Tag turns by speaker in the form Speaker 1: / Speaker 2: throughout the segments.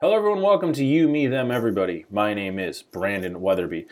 Speaker 1: Hello, everyone. Welcome to You, Me, Them, Everybody. My name is Brandon Weatherby.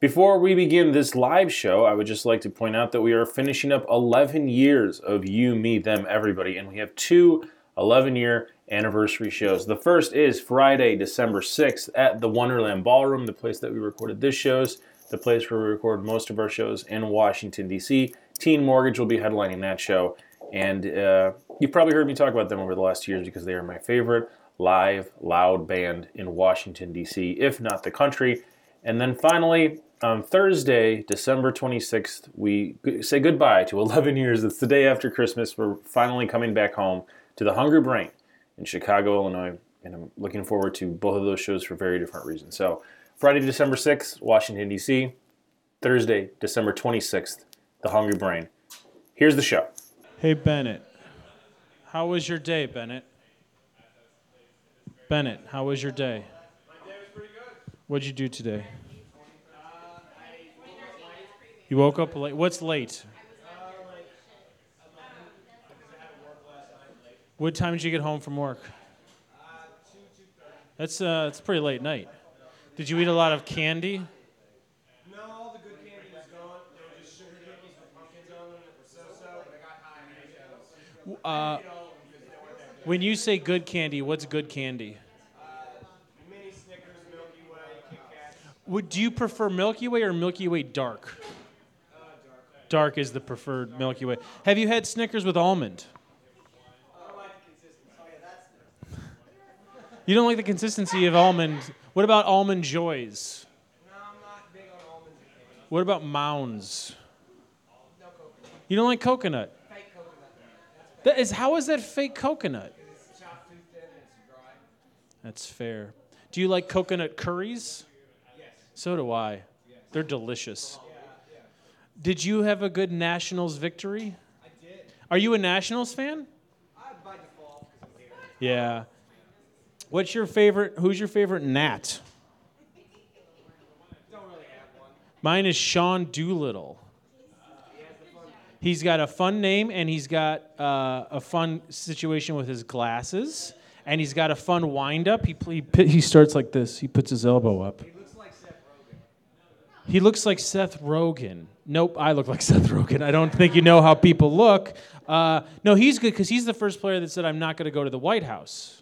Speaker 1: Before we begin this live show, I would just like to point out that we are finishing up 11 years of You, Me, Them, Everybody, and we have two 11 year anniversary shows. The first is Friday, December 6th at the Wonderland Ballroom, the place that we recorded this show's, the place where we record most of our shows in Washington, D.C. Teen Mortgage will be headlining that show, and uh, you've probably heard me talk about them over the last years because they are my favorite live, loud band in Washington, D.C., if not the country. And then finally, on Thursday, December 26th, we g- say goodbye to 11 years. It's the day after Christmas. We're finally coming back home to the Hungry Brain in Chicago, Illinois. And I'm looking forward to both of those shows for very different reasons. So, Friday, December 6th, Washington, D.C., Thursday, December 26th, The Hungry Brain. Here's the show.
Speaker 2: Hey Bennett, how was your day, Bennett? Bennett, how was your day? What'd you do today? You woke up late. What's late? What time did you get home from work? That's uh, it's pretty late night. Did you eat a lot of candy?
Speaker 3: No, all the good candy was gone. There were just sugar cookies with pumpkins on them that were so-so, but I got high and ate those.
Speaker 2: Uh, when you say good candy, what's good candy? Uh,
Speaker 3: Mini Snickers, Milky Way, Kit Kat.
Speaker 2: Would do you prefer Milky Way or Milky Way Dark?
Speaker 3: Uh,
Speaker 2: Dark is the preferred Milky Way. Have you had Snickers with almond?
Speaker 3: I like the consistency. Oh, yeah, that's nice.
Speaker 2: You don't like the consistency of almond. What about almond joys?
Speaker 3: No, I'm not big on almonds and candy.
Speaker 2: What about mounds?
Speaker 3: No coconut.
Speaker 2: You don't like coconut.
Speaker 3: Fake coconut. That's
Speaker 2: That is how is that fake coconut?
Speaker 3: because it's chopped too thin and it's dry.
Speaker 2: That's fair. Do you like coconut curries?
Speaker 3: Yes.
Speaker 2: So do I. They're delicious. Did you have a good Nationals victory?
Speaker 3: I did.
Speaker 2: Are you a Nationals fan?
Speaker 3: I by default, because I'm here.
Speaker 2: Yeah. What's your favorite? Who's your favorite Nat?
Speaker 3: Don't really have one.
Speaker 2: Mine is Sean Doolittle. He's got a fun name and he's got uh, a fun situation with his glasses and he's got a fun wind up. He, pl- he, pi- he starts like this. He puts his elbow up.
Speaker 3: He looks like Seth Rogen.
Speaker 2: He looks like Seth Rogen. Nope, I look like Seth Rogen. I don't think you know how people look. Uh, no, he's good because he's the first player that said, I'm not going to go to the White House.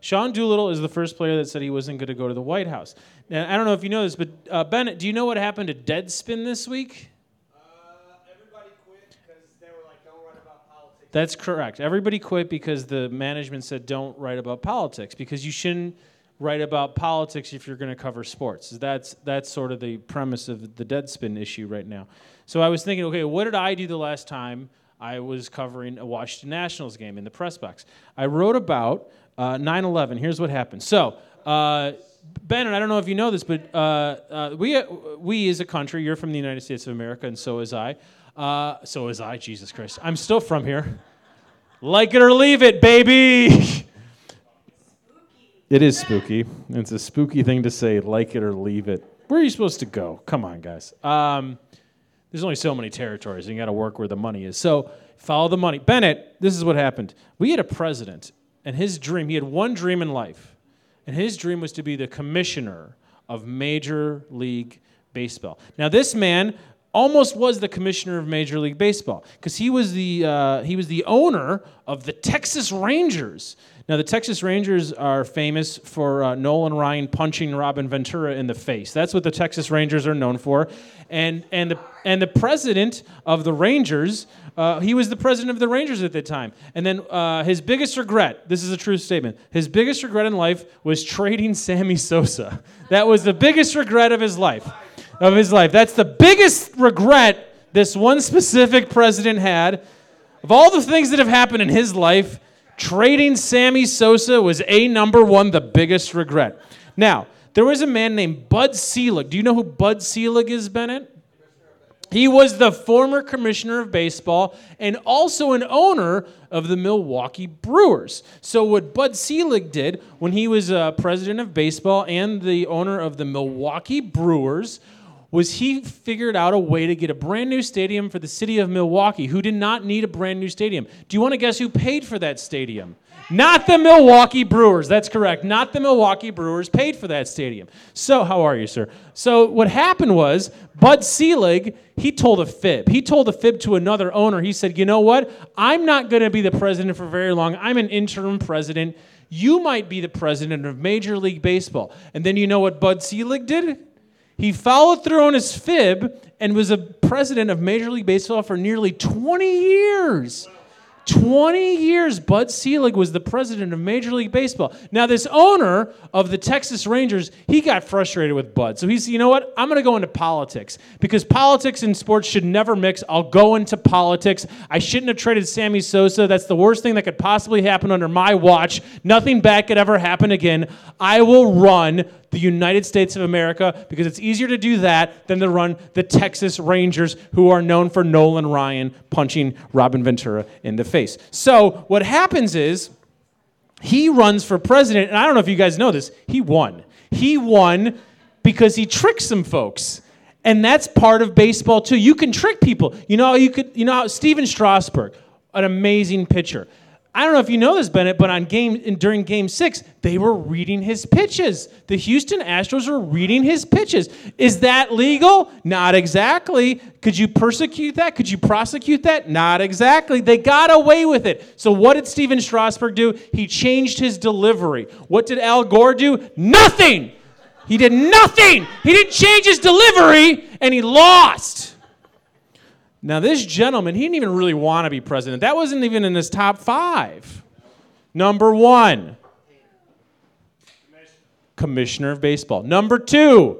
Speaker 2: Sean Doolittle is the first player that said he wasn't going to go to the White House. Now, I don't know if you know this, but uh, Bennett, do you know what happened to Deadspin this week?
Speaker 3: Uh, everybody quit because they were like, don't write about politics.
Speaker 2: That's correct. Everybody quit because the management said don't write about politics because you shouldn't write about politics if you're going to cover sports. That's that's sort of the premise of the Deadspin issue right now. So I was thinking, okay, what did I do the last time I was covering a Washington Nationals game in the press box? I wrote about uh, 9/11. Here's what happened. So. Uh, Ben, and I don't know if you know this, but uh, uh, we uh, we as a country, you're from the United States of America, and so is I. Uh, so is I. Jesus Christ, I'm still from here. Like it or leave it, baby. It is spooky. It's a spooky thing to say. Like it or leave it. Where are you supposed to go? Come on, guys. Um, there's only so many territories, and you got to work where the money is. So follow the money. Bennett, this is what happened. We had a president, and his dream, he had one dream in life, and his dream was to be the commissioner of Major League Baseball. Now, this man almost was the commissioner of Major League Baseball because he was the uh, he was the owner of the Texas Rangers. Now, the Texas Rangers are famous for uh, Nolan Ryan punching Robin Ventura in the face. That's what the Texas Rangers are known for, and and the and the president of the Rangers, uh, he was the president of the Rangers at the time. And then uh, his biggest regret, this is a true statement, his biggest regret in life was trading Sammy Sosa. That was the biggest regret of his life of his life. That's the biggest regret this one specific president had. Of all the things that have happened in his life, trading Sammy Sosa was a number one, the biggest regret. Now, there was a man named Bud Selig. Do you know who Bud Selig is, Bennett? He was the former commissioner of baseball and also an owner of the Milwaukee Brewers. So, what Bud Selig did when he was uh, president of baseball and the owner of the Milwaukee Brewers was he figured out a way to get a brand new stadium for the city of Milwaukee, who did not need a brand new stadium. Do you want to guess who paid for that stadium? Not the Milwaukee Brewers. That's correct. Not the Milwaukee Brewers paid for that stadium. So, how are you, sir? So, what happened was Bud Selig, he told a fib. He told a fib to another owner. He said, You know what? I'm not going to be the president for very long. I'm an interim president. You might be the president of Major League Baseball. And then you know what Bud Selig did? He followed through on his fib and was a president of Major League Baseball for nearly 20 years. 20 years, Bud Selig was the president of Major League Baseball. Now, this owner of the Texas Rangers, he got frustrated with Bud. So he said, you know what? I'm going to go into politics because politics and sports should never mix. I'll go into politics. I shouldn't have traded Sammy Sosa. That's the worst thing that could possibly happen under my watch. Nothing bad could ever happen again. I will run the United States of America because it's easier to do that than to run the Texas Rangers, who are known for Nolan Ryan punching Robin Ventura in the face. So what happens is he runs for president, and I don't know if you guys know this, he won. He won because he tricked some folks. And that's part of baseball too. You can trick people. You know, you could you know how Steven Strasburg, an amazing pitcher. I don't know if you know this, Bennett, but on game during Game Six, they were reading his pitches. The Houston Astros were reading his pitches. Is that legal? Not exactly. Could you persecute that? Could you prosecute that? Not exactly. They got away with it. So what did Steven Strasburg do? He changed his delivery. What did Al Gore do? Nothing. He did nothing. He didn't change his delivery, and he lost. Now, this gentleman, he didn't even really want to be president. That wasn't even in his top five. Number one, commissioner of baseball. Number two,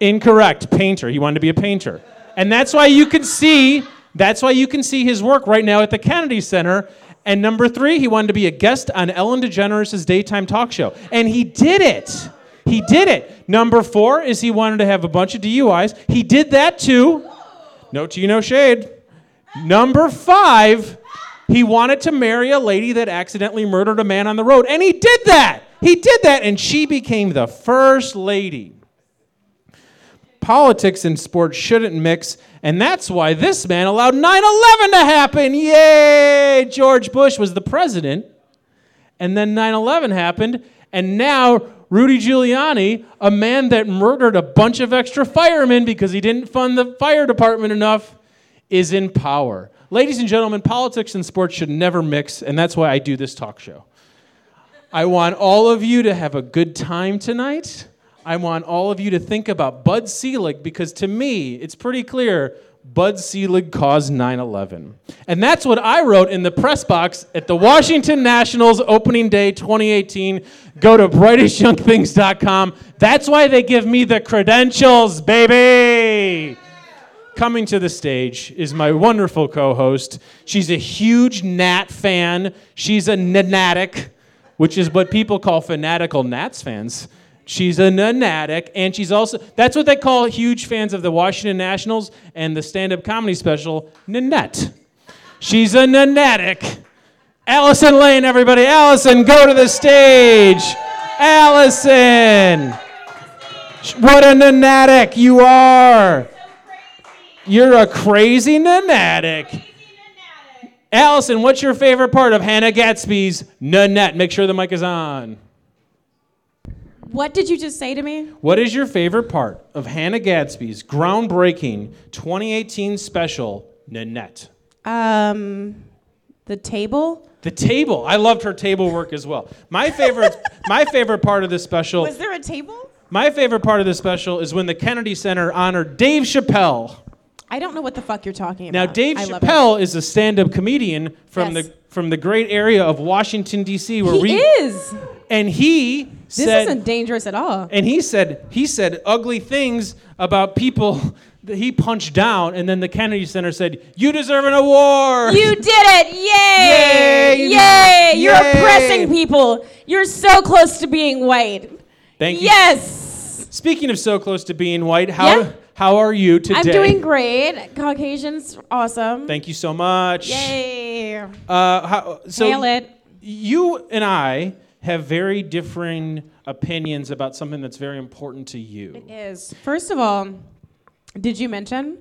Speaker 2: incorrect, painter. He wanted to be a painter. And that's why you can see, that's why you can see his work right now at the Kennedy Center. And number three, he wanted to be a guest on Ellen DeGeneres' daytime talk show. And he did it. He did it. Number four is he wanted to have a bunch of DUIs. He did that too. No tea, no shade. Number five, he wanted to marry a lady that accidentally murdered a man on the road. And he did that. He did that. And she became the first lady politics and sports shouldn't mix, and that's why this man allowed 9 11 to happen. Yay! George Bush was the president, and then 9 11 happened, and now Rudy Giuliani, a man that murdered a bunch of extra firemen because he didn't fund the fire department enough, is in power. Ladies and gentlemen, politics and sports should never mix, and that's why I do this talk show. I want all of you to have a good time tonight. I want all of you to think about Bud Selig because to me, it's pretty clear Bud Selig caused 9 11. And that's what I wrote in the press box at the Washington Nationals opening day 2018. Go to brightestyoungthings.com. That's why they give me the credentials, baby. Coming to the stage is my wonderful co host. She's a huge Nat fan, she's a Nanatic, which is what people call fanatical Nats fans. She's a nanatic, and she's also that's what they call huge fans of the Washington Nationals and the stand-up comedy special Nanette. She's a nanatic. Allison Lane, everybody, Allison, go to the stage. Allison, Sh- what a nanatic you are! You're a crazy nanatic. Allison, what's your favorite part of Hannah Gatsby's Nanette? Make sure the mic is on.
Speaker 4: What did you just say to me?
Speaker 2: What is your favorite part of Hannah Gadsby's groundbreaking 2018 special, Nanette?
Speaker 4: Um, the table.
Speaker 2: The table. I loved her table work as well. My favorite, my favorite part of this special,
Speaker 4: Was there a table?
Speaker 2: my favorite part of this special is when the Kennedy Center honored Dave Chappelle.
Speaker 4: I don't know what the fuck you're talking
Speaker 2: Now,
Speaker 4: about.
Speaker 2: Dave
Speaker 4: I love it.
Speaker 2: Chappelle is a stand-up comedian from
Speaker 4: Yes.
Speaker 2: the from the great area of Washington D.C. Where
Speaker 4: He
Speaker 2: we
Speaker 4: is.
Speaker 2: and he
Speaker 4: This
Speaker 2: said,
Speaker 4: isn't dangerous at all.
Speaker 2: and he said he said ugly things about people that he punched down and then the kennedy center said you deserve an award
Speaker 4: You did it!
Speaker 2: Yay,
Speaker 4: Yay! Yay!
Speaker 2: you did it.
Speaker 4: You're
Speaker 2: Yay.
Speaker 4: oppressing people. You're so close to being white.
Speaker 2: thank you
Speaker 4: Yes.
Speaker 2: speaking of so close to being white how
Speaker 4: Yeah.
Speaker 2: how are you today
Speaker 4: I'm doing great. Caucasians, awesome.
Speaker 2: thank you so much
Speaker 4: Yay!
Speaker 2: uh how, so
Speaker 4: Nail it.
Speaker 2: you and i have very differing opinions about something that's very important to you.
Speaker 4: Is first of all, did you mention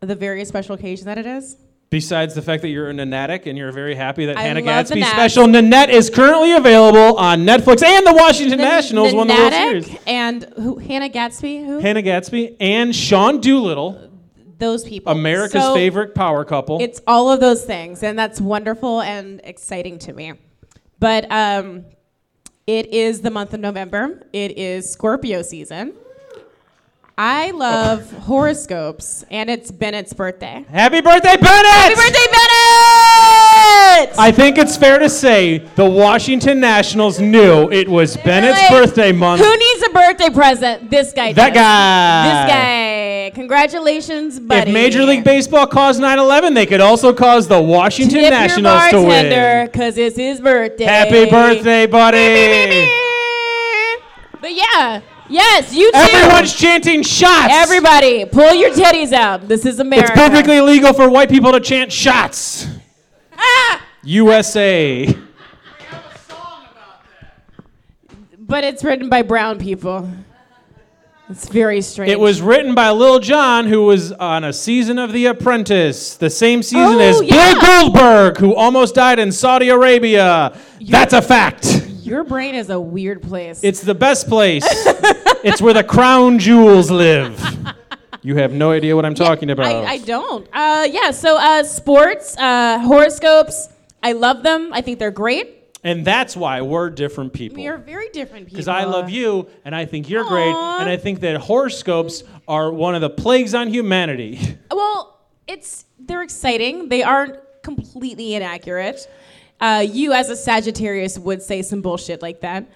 Speaker 4: the very special occasion that it is?
Speaker 2: Besides the fact that you're a Nanatic and you're very happy that
Speaker 4: I
Speaker 2: Hannah
Speaker 4: love the
Speaker 2: Gadsby
Speaker 4: Nat.
Speaker 2: special Nanette is currently available on Netflix and the Washington Nationals won the World
Speaker 4: Natick
Speaker 2: Series.
Speaker 4: and who? Hannah Gatsby. Who?
Speaker 2: Hannah Gadsby and Sean Doolittle,
Speaker 4: those people.
Speaker 2: America's
Speaker 4: So
Speaker 2: favorite power couple.
Speaker 4: It's all of those things, and that's wonderful and exciting to me. But um, it is the month of November. It is Scorpio season.
Speaker 2: Oh.
Speaker 4: I love horoscopes, and it's Bennett's birthday.
Speaker 2: Happy birthday, Bennett!
Speaker 4: Happy birthday, Bennett!
Speaker 2: I think it's fair to say the Washington Nationals knew it was Bennett's
Speaker 4: Like,
Speaker 2: birthday month.
Speaker 4: Who needs a birthday present? This guy.
Speaker 2: That
Speaker 4: does.
Speaker 2: guy.
Speaker 4: This guy. Congratulations,
Speaker 2: If
Speaker 4: buddy.
Speaker 2: Major League Baseball caused 9 11, they could also cause the Washington
Speaker 4: Tip your
Speaker 2: Nationals to
Speaker 4: bartender,
Speaker 2: win.
Speaker 4: cause it's his birthday.
Speaker 2: Happy birthday, buddy!
Speaker 4: But yeah, yes, you too.
Speaker 2: Everyone's chanting shots!
Speaker 4: Everybody, pull your teddies out. This is
Speaker 2: It's
Speaker 4: America.
Speaker 2: perfectly illegal for white people to chant shots!
Speaker 4: Ah!
Speaker 2: USA.
Speaker 4: But it's written by brown people. It's very strange.
Speaker 2: It was written by Lil Jon, who was on a season of The Apprentice, the same season
Speaker 4: Oh,
Speaker 2: as
Speaker 4: yeah.
Speaker 2: Bill Goldberg, who almost died in Saudi Arabia. That's a fact.
Speaker 4: Your brain is a weird place.
Speaker 2: It's the best place. it's where the crown jewels live. You have no idea what I'm talking about.
Speaker 4: I, I don't. Uh, yeah. So uh, sports, uh, horoscopes. I love them. I think they're great.
Speaker 2: and that's why we're different
Speaker 4: We are
Speaker 2: people.
Speaker 4: very different people.
Speaker 2: Because I love you, and I think you're great,
Speaker 4: Aw.
Speaker 2: and I think that horoscopes are one of the plagues on humanity.
Speaker 4: Well, it's they're exciting. They aren't completely inaccurate. Uh, you, as a Sagittarius, would say some bullshit like that.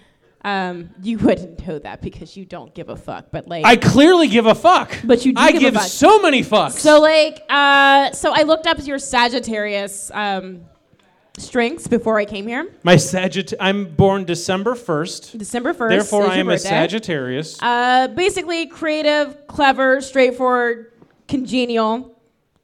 Speaker 4: Um, you wouldn't know that because you don't give a fuck. But like,
Speaker 2: I clearly give a fuck.
Speaker 4: But you do
Speaker 2: I
Speaker 4: give a
Speaker 2: give
Speaker 4: fuck.
Speaker 2: so many fucks.
Speaker 4: so like, uh, so I looked up your Sagittarius um, strengths before I came here.
Speaker 2: My Sagitt- I'm born December 1st.
Speaker 4: December first.
Speaker 2: Therefore, I am a
Speaker 4: Sagittarius.
Speaker 2: Sagittarius.
Speaker 4: Uh, basically, creative, clever, straightforward, congenial.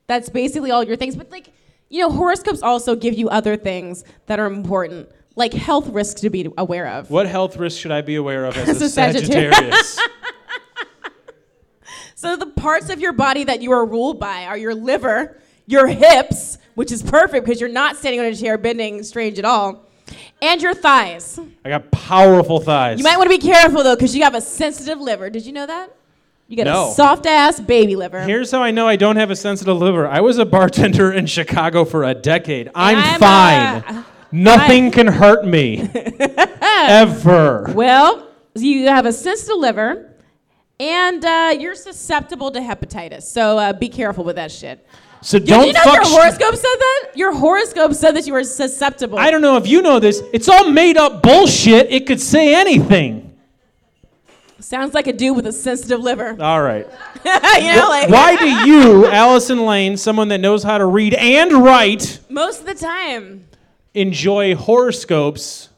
Speaker 4: That's basically all your things. But like, you know, horoscopes also give you other things that are important, like health risks to be aware of.
Speaker 2: what health risk should I be aware of as,
Speaker 4: As
Speaker 2: a
Speaker 4: a Sagittarius.
Speaker 2: Sagittarius?
Speaker 4: So the parts of your body that you are ruled by are your liver, your hips, which is perfect because you're not standing on a chair bending strange at all, and your thighs.
Speaker 2: I got powerful thighs.
Speaker 4: You might want to be careful though, because you have a sensitive liver. Did you know that? You got
Speaker 2: No.
Speaker 4: a soft ass baby liver.
Speaker 2: Here's how I know I don't have a sensitive liver. I was a bartender in Chicago for a decade. I'm,
Speaker 4: I'm
Speaker 2: fine.
Speaker 4: a-
Speaker 2: Nothing can hurt me. Ever.
Speaker 4: Well, you have a sensitive liver, and uh, you're susceptible to hepatitis. So uh, be careful with that shit.
Speaker 2: So
Speaker 4: Did
Speaker 2: don't
Speaker 4: you know
Speaker 2: fuck
Speaker 4: your
Speaker 2: sh-
Speaker 4: horoscope said that? Your horoscope said that you were susceptible.
Speaker 2: I don't know if you know this. It's all made up bullshit. It could say anything.
Speaker 4: Sounds like a dude with a sensitive liver.
Speaker 2: All right.
Speaker 4: you know, like
Speaker 2: Why do you, Allison Lane, someone that knows how to read and write,
Speaker 4: most of the time.
Speaker 2: enjoy horoscopes,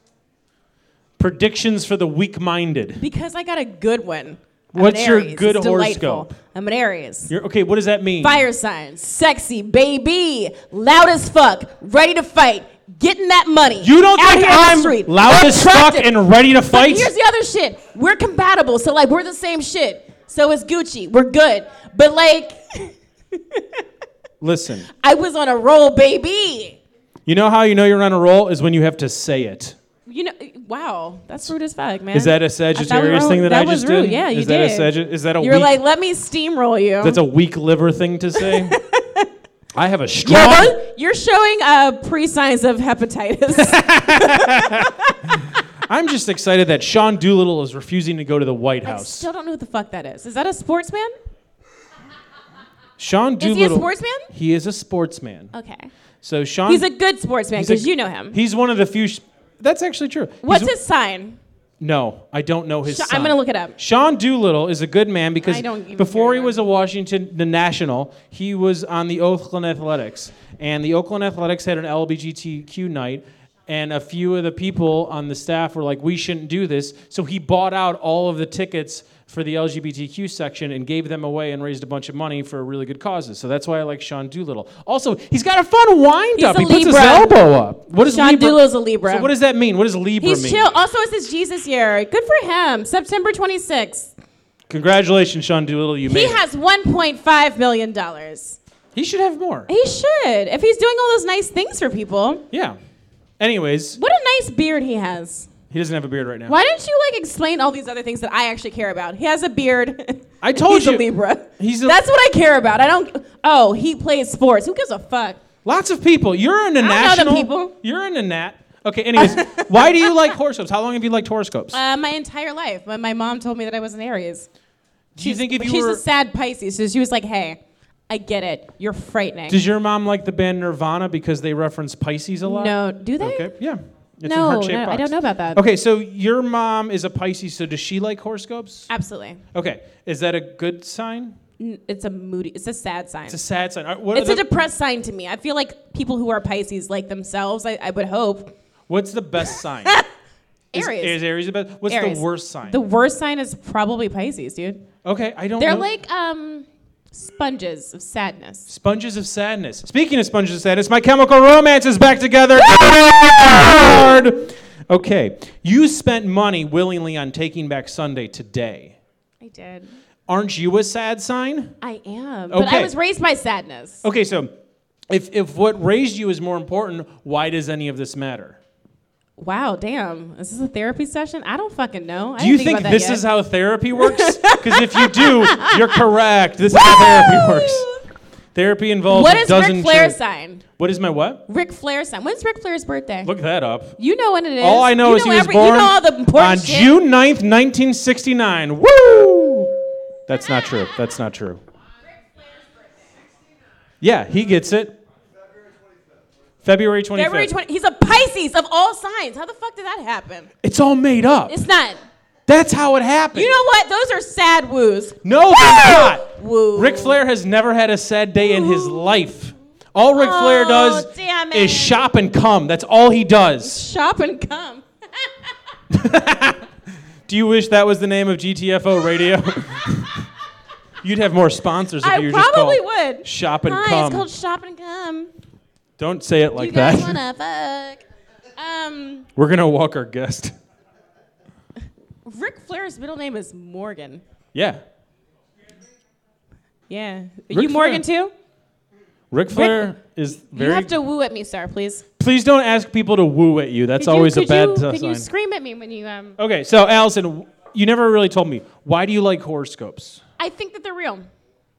Speaker 2: predictions for the weak minded?
Speaker 4: Because I got a good one. I'm
Speaker 2: What's
Speaker 4: an
Speaker 2: your
Speaker 4: Aries.
Speaker 2: good
Speaker 4: It's delightful.
Speaker 2: horoscope?
Speaker 4: I'm an Aries.
Speaker 2: You're, okay, what does that mean?
Speaker 4: Fire sign, sexy, baby, loud as fuck, ready to fight, getting that money.
Speaker 2: You don't
Speaker 4: out
Speaker 2: think
Speaker 4: here on the
Speaker 2: I'm
Speaker 4: street,
Speaker 2: loud as fuck
Speaker 4: attractive.
Speaker 2: and ready to
Speaker 4: But
Speaker 2: fight?
Speaker 4: here's the other shit. We're compatible, so like we're the same shit. So it's Gucci. We're good. But like
Speaker 2: Listen,
Speaker 4: I was on a roll, baby.
Speaker 2: you know how you know you're on a roll is when you have to say it.
Speaker 4: You know, wow, that's rude as fuck, man.
Speaker 2: Is that a
Speaker 4: I thought we were
Speaker 2: Sagittarius
Speaker 4: all-
Speaker 2: thing that, I
Speaker 4: was
Speaker 2: just
Speaker 4: rude.
Speaker 2: did?
Speaker 4: Yeah, you
Speaker 2: is that
Speaker 4: did.
Speaker 2: a Sagitt- Is that a
Speaker 4: you
Speaker 2: weak?
Speaker 4: were like, let me steamroll you.
Speaker 2: that's a weak liver thing to say. I have a strong.
Speaker 4: You're both- you're showing uh, pre signs of hepatitis.
Speaker 2: I'm just excited that Sean Doolittle is refusing to go to the White
Speaker 4: I
Speaker 2: House.
Speaker 4: still don't know what the fuck that is. Is that a sportsman?
Speaker 2: Sean
Speaker 4: he a
Speaker 2: Doolittle.
Speaker 4: sportsman?
Speaker 2: He is a sportsman.
Speaker 4: Okay.
Speaker 2: So Sean.
Speaker 4: He's a good sportsman
Speaker 2: he's a-
Speaker 4: because you know him.
Speaker 2: He's one of the few. Sh- that's actually true.
Speaker 4: What's
Speaker 2: He's-
Speaker 4: his sign?
Speaker 2: No, I don't know his.
Speaker 4: Sh- I'm
Speaker 2: sign.
Speaker 4: gonna look it up.
Speaker 2: Sean Doolittle is a good man because
Speaker 4: I don't even
Speaker 2: before
Speaker 4: care
Speaker 2: he was a Washington the national, he was on the Oakland Athletics, and the Oakland Athletics had an LBGTQ night. And a few of the people on the staff were like, we shouldn't do this. So he bought out all of the tickets for the LGBTQ section and gave them away and raised a bunch of money for really good causes. So that's why I like Sean Doolittle. Also, he's got a fun wind up.
Speaker 4: a
Speaker 2: he puts his
Speaker 4: Libra.
Speaker 2: elbow up. What is
Speaker 4: Sean
Speaker 2: Libra?
Speaker 4: Doolittle's a Libra.
Speaker 2: So what does that mean? What does Libra
Speaker 4: He's
Speaker 2: mean?
Speaker 4: chill. Also, it's his Jesus year. Good for him. September 26th.
Speaker 2: Congratulations, Sean Doolittle. You
Speaker 4: He
Speaker 2: made it.
Speaker 4: has 1.5 million dollars.
Speaker 2: He should have more.
Speaker 4: He should. If he's doing all those nice things for people.
Speaker 2: Yeah. Anyways,
Speaker 4: What a nice beard he has.
Speaker 2: he doesn't have a beard right now.
Speaker 4: Why didn't you like explain all these other things that I actually care about? He has a beard.
Speaker 2: I told
Speaker 4: he's
Speaker 2: you.
Speaker 4: a Libra.
Speaker 2: He's a-
Speaker 4: That's what I care about. I don't. Oh, he plays sports. Who gives a fuck?
Speaker 2: Lots of people. You're in a
Speaker 4: know the
Speaker 2: national.
Speaker 4: people.
Speaker 2: You're in a nat. Okay. Anyways, why do you like horoscopes? How long have you liked horoscopes?
Speaker 4: Uh, my entire life, when my mom told me that I was an Aries,
Speaker 2: do you think if you
Speaker 4: she's
Speaker 2: were
Speaker 4: a sad Pisces, so she was like, "Hey, I get it. You're frightening."
Speaker 2: Does your mom like the band Nirvana because they reference Pisces a lot?
Speaker 4: no, do they?
Speaker 2: Okay. Yeah. It's a
Speaker 4: no,
Speaker 2: heart-shaped
Speaker 4: no I
Speaker 2: box.
Speaker 4: don't know about that.
Speaker 2: Okay, so your mom is a Pisces, so does she like horoscopes?
Speaker 4: Absolutely,
Speaker 2: Okay, is that a good sign?
Speaker 4: N- it's a moody. It's a sad sign.
Speaker 2: It's a sad sign. All right, What are
Speaker 4: It's a
Speaker 2: the-
Speaker 4: depressed sign to me. I feel like people who are Pisces, like themselves, I, I would hope.
Speaker 2: what's the best sign? Is-
Speaker 4: Aries.
Speaker 2: Is, Aries the best? What's
Speaker 4: Aries.
Speaker 2: the worst sign?
Speaker 4: The worst sign is probably Pisces, dude.
Speaker 2: okay, I don't.
Speaker 4: They're
Speaker 2: know.
Speaker 4: like um, sponges of sadness.
Speaker 2: Sponges of Sadness. Speaking of Sponges of Sadness, my chemical romance is back together. okay, you spent money willingly on Taking Back Sunday today.
Speaker 4: I did.
Speaker 2: Aren't you a sad sign?
Speaker 4: I am. But I
Speaker 2: Okay.
Speaker 4: was raised by sadness.
Speaker 2: Okay, so if, if what raised you is more important, why does any of this matter?
Speaker 4: Wow, damn. Is this a therapy session? I don't fucking know. I
Speaker 2: Do you
Speaker 4: didn't think,
Speaker 2: think,
Speaker 4: about that
Speaker 2: this
Speaker 4: yet.
Speaker 2: is how therapy works? Because if you do, you're correct. This is how therapy works. Therapy involves
Speaker 4: What
Speaker 2: a
Speaker 4: is
Speaker 2: dozen
Speaker 4: Ric Flair's
Speaker 2: chairs.
Speaker 4: sign?
Speaker 2: What is my what?
Speaker 4: Ric Flair's sign. When's Ric Flair's birthday?
Speaker 2: Look that up.
Speaker 4: You know when it is.
Speaker 2: All I know
Speaker 4: You
Speaker 2: is he was
Speaker 4: every-
Speaker 2: born
Speaker 4: You know all the important
Speaker 2: on
Speaker 4: shit.
Speaker 2: June 9th, 1969. Woo! That's not true. That's not true. Yeah, he gets it. February 25th.
Speaker 4: February 20. He's a Pisces of all signs. How the fuck did that happen?
Speaker 2: It's all made up.
Speaker 4: It's not.
Speaker 2: That's how it happened.
Speaker 4: You know what? Those are sad woos.
Speaker 2: no, they're not.
Speaker 4: Woo.
Speaker 2: Ric Flair has never had a sad day in his life. All Ric Flair
Speaker 4: Oh,
Speaker 2: does
Speaker 4: damn it.
Speaker 2: is shop and come. That's all he does.
Speaker 4: Shop and come.
Speaker 2: Do you wish that was the name of GTFO Radio? You'd have more sponsors if
Speaker 4: I
Speaker 2: you were just
Speaker 4: probably
Speaker 2: called
Speaker 4: would.
Speaker 2: Shop and
Speaker 4: Hi,
Speaker 2: come.
Speaker 4: it's called Shop and Come.
Speaker 2: Don't say it like
Speaker 4: you guys
Speaker 2: that.
Speaker 4: wanna fuck? Um,
Speaker 2: We're gonna walk our guest.
Speaker 4: Ric Flair's middle name is Morgan.
Speaker 2: Yeah,
Speaker 4: Yeah. Are
Speaker 2: Ric
Speaker 4: you Morgan
Speaker 2: Flair.
Speaker 4: too?
Speaker 2: Ric Flair is very.
Speaker 4: You have to woo at me, sir, please.
Speaker 2: Please don't ask people to woo at you. That's
Speaker 4: Could you-
Speaker 2: always a
Speaker 4: could
Speaker 2: bad
Speaker 4: you,
Speaker 2: uh,
Speaker 4: Could
Speaker 2: sign.
Speaker 4: you scream at me when you um?
Speaker 2: okay, so Allison, you never really told me why do you like horoscopes?
Speaker 4: I think that they're real.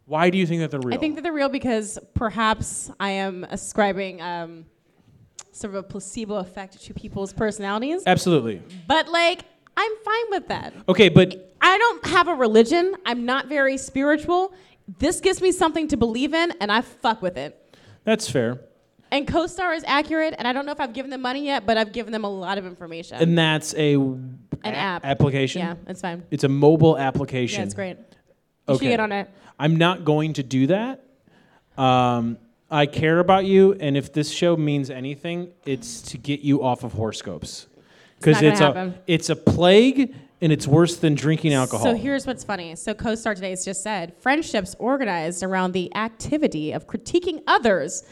Speaker 2: Why do you think that they're real?
Speaker 4: I think that they're real because perhaps I am ascribing um, sort of a placebo effect to people's personalities.
Speaker 2: absolutely.
Speaker 4: But like, I'm fine with that.
Speaker 2: Okay, but
Speaker 4: I don't have a religion. I'm not very spiritual. This gives me something to believe in, and I fuck with it.
Speaker 2: that's fair.
Speaker 4: And CoStar is accurate, and I don't know if I've given them money yet, but I've given them a lot of information.
Speaker 2: And that's a an
Speaker 4: app.
Speaker 2: application.
Speaker 4: yeah, that's fine.
Speaker 2: It's a mobile application.
Speaker 4: Yeah, it's great. You
Speaker 2: Okay.
Speaker 4: should get on it.
Speaker 2: I'm not going to do that. Um, I care about you, and if this show means anything, it's to get you off of horoscopes because
Speaker 4: not gonna
Speaker 2: it's, a
Speaker 4: happen.
Speaker 2: it's a plague, and it's worse than drinking alcohol.
Speaker 4: So here's what's funny. So CoStar today has just said friendships organized around the activity of critiquing others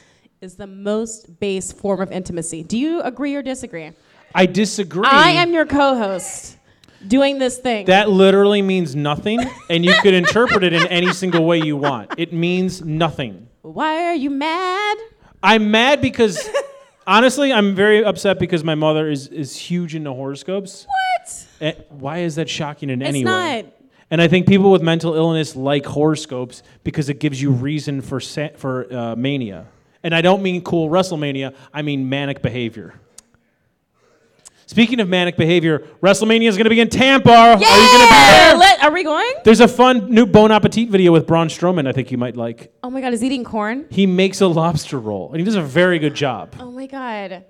Speaker 4: is the most base form of intimacy. Do you agree or disagree?
Speaker 2: I disagree.
Speaker 4: I am your co-host doing this thing.
Speaker 2: That literally means nothing, and you could interpret it in any single way you want. It means nothing.
Speaker 4: Why are you mad?
Speaker 2: I'm mad because honestly, I'm very upset because my mother is is huge into horoscopes.
Speaker 4: What?
Speaker 2: Eh, why is that shocking in any
Speaker 4: It's
Speaker 2: way?
Speaker 4: not.
Speaker 2: And I think people with mental illness like horoscopes because it gives you reason for sa- for uh, mania. And I don't mean cool WrestleMania. I mean manic behavior. Speaking of manic behavior, WrestleMania is going to be in Tampa. Are you going to be
Speaker 4: Yeah.
Speaker 2: there?
Speaker 4: Let, are we going?
Speaker 2: There's a fun new Bon Appetit video with Braun Strowman. I think you might like.
Speaker 4: Oh my god, is eating corn?
Speaker 2: He makes a lobster roll, and he does a very good job.
Speaker 4: Oh my god.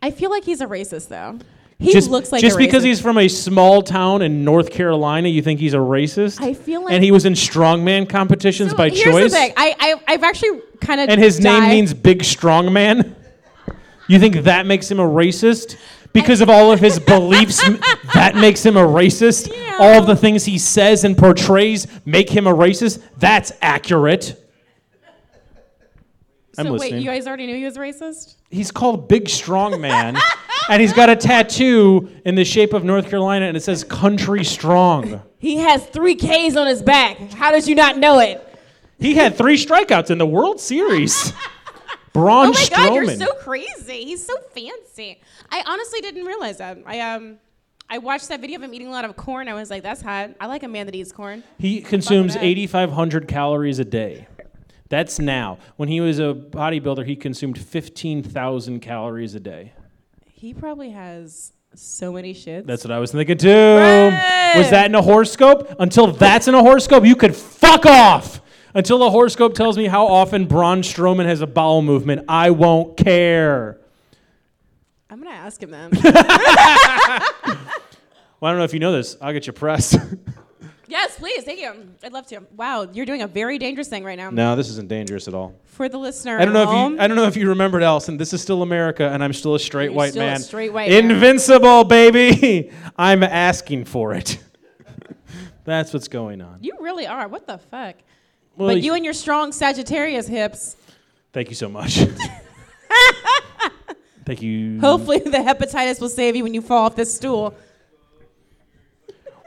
Speaker 4: I feel like he's a racist though. He
Speaker 2: just,
Speaker 4: looks like
Speaker 2: just
Speaker 4: a
Speaker 2: because
Speaker 4: racist.
Speaker 2: he's from a small town in North Carolina, you think he's a racist?
Speaker 4: I feel like-
Speaker 2: and he was in strongman competitions
Speaker 4: So
Speaker 2: by
Speaker 4: here's
Speaker 2: choice,
Speaker 4: the thing. I, I I've actually kind of
Speaker 2: and his name means big strongman. You think that makes him a racist? Because of all of his beliefs, m- that makes him a racist?
Speaker 4: Yeah.
Speaker 2: All of the things he says and portrays make him a racist? That's accurate. I'm
Speaker 4: so
Speaker 2: listening.
Speaker 4: wait, you guys already knew he was racist?
Speaker 2: he's called Big Strong Man, and he's got a tattoo in the shape of North Carolina, and it says Country Strong.
Speaker 4: He has three K's on his back. How did you not know it?
Speaker 2: He had three strikeouts in the World Series. Braun
Speaker 4: Oh my
Speaker 2: Strowman.
Speaker 4: god, you're so crazy. He's so fancy. I honestly didn't realize that. I um I watched that video of him eating a lot of corn. I was like, that's hot. I like a man that eats corn.
Speaker 2: He consumes
Speaker 4: up.
Speaker 2: 8,500 calories a day. That's now. When he was a bodybuilder, he consumed 15,000 calories a day.
Speaker 4: He probably has so many shits.
Speaker 2: That's what I was thinking too.
Speaker 4: Right.
Speaker 2: Was that in a horoscope? Until that's in a horoscope, you could fuck off. Until the horoscope tells me how often Braun Strowman has a bowel movement, I won't care.
Speaker 4: I'm gonna ask him then.
Speaker 2: Well, I don't know if you know this. I'll get you pressed.
Speaker 4: yes, please, thank you. I'd love to. Wow, you're doing a very dangerous thing right now.
Speaker 2: no, this isn't dangerous at all.
Speaker 4: For the listener,
Speaker 2: I don't know
Speaker 4: at
Speaker 2: if
Speaker 4: home,
Speaker 2: you I don't know if you remembered Allison. This is still America, and I'm still a straight white
Speaker 4: still a
Speaker 2: man.
Speaker 4: straight white man.
Speaker 2: Invincible, baby. I'm asking for it. That's what's going on.
Speaker 4: you really are. What the fuck?
Speaker 2: Well,
Speaker 4: but you and your strong Sagittarius hips.
Speaker 2: thank you so much. thank you.
Speaker 4: Hopefully, the hepatitis will save you when you fall off this stool.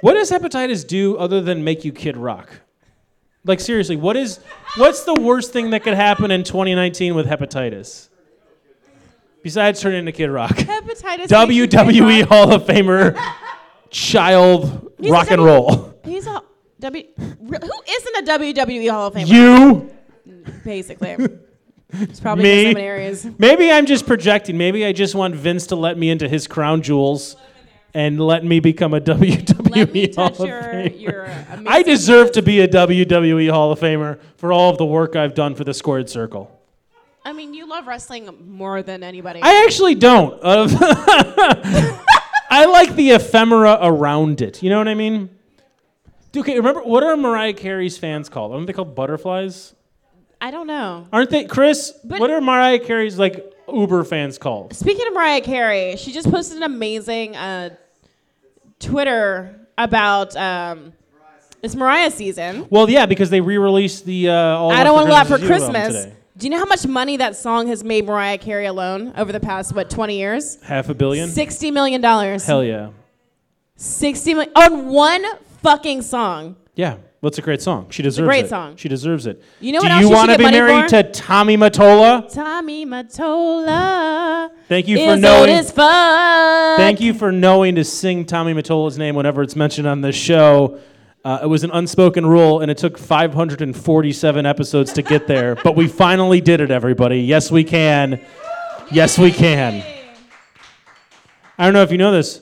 Speaker 2: What does hepatitis do other than make you kid rock? Like seriously, what is what's the worst thing that could happen in 2019 with hepatitis? Besides turning into Kid Rock.
Speaker 4: Hepatitis.
Speaker 2: WWE E Hall of Famer child
Speaker 4: He's
Speaker 2: rock
Speaker 4: a
Speaker 2: and
Speaker 4: W-
Speaker 2: roll.
Speaker 4: He's a W. re- Who isn't a WWE Hall of Famer?
Speaker 2: You
Speaker 4: Basically, it's probably
Speaker 2: Me?
Speaker 4: in some areas.
Speaker 2: Maybe I'm just projecting. Maybe I just want Vince to let me into his crown jewels and let me become a WWE
Speaker 4: Let me
Speaker 2: Hall
Speaker 4: touch
Speaker 2: of
Speaker 4: your,
Speaker 2: Famer.
Speaker 4: your amazing.
Speaker 2: I deserve to be a WWE Hall of Famer for all of the work I've done for the Squared Circle.
Speaker 4: I mean, you love wrestling more than anybody.
Speaker 2: I actually don't. Of- I like the ephemera around it. You know what I mean? Dude, Okay, remember what are Mariah Carey's fans called? Aren't they called butterflies?
Speaker 4: I don't know.
Speaker 2: Aren't they, Chris?
Speaker 4: But-
Speaker 2: what are Mariah Carey's like Uber fans called?
Speaker 4: Speaking of Mariah Carey, she just posted an amazing uh, Twitter about um, it's Mariah season.
Speaker 2: Well, yeah, because they re-released the uh, All
Speaker 4: I don't want
Speaker 2: Want
Speaker 4: to go out for
Speaker 2: Is You album
Speaker 4: Christmas.
Speaker 2: today.
Speaker 4: Do you know how much money that song has made Mariah Carey alone over the past what twenty years?
Speaker 2: Half a billion.
Speaker 4: Sixty million dollars.
Speaker 2: Hell yeah,
Speaker 4: 60 million on one fucking song.
Speaker 2: yeah. Well, it's a great song. She deserves
Speaker 4: great
Speaker 2: it.
Speaker 4: song.
Speaker 2: She deserves it.
Speaker 4: You know what
Speaker 2: Do
Speaker 4: else
Speaker 2: you
Speaker 4: she should
Speaker 2: wanna
Speaker 4: get
Speaker 2: be
Speaker 4: money
Speaker 2: married
Speaker 4: for?
Speaker 2: to Tommy Matola?
Speaker 4: Tommy Matola.
Speaker 2: Thank you for
Speaker 4: is old
Speaker 2: knowing.
Speaker 4: as fuck.
Speaker 2: Thank you for knowing to sing Tommy Matola's name whenever it's mentioned on this show. Uh, it was an unspoken rule, and it took 547 episodes to get there, but we finally did it, everybody. Yes, we can. Yes, we can. I don't know if you know this.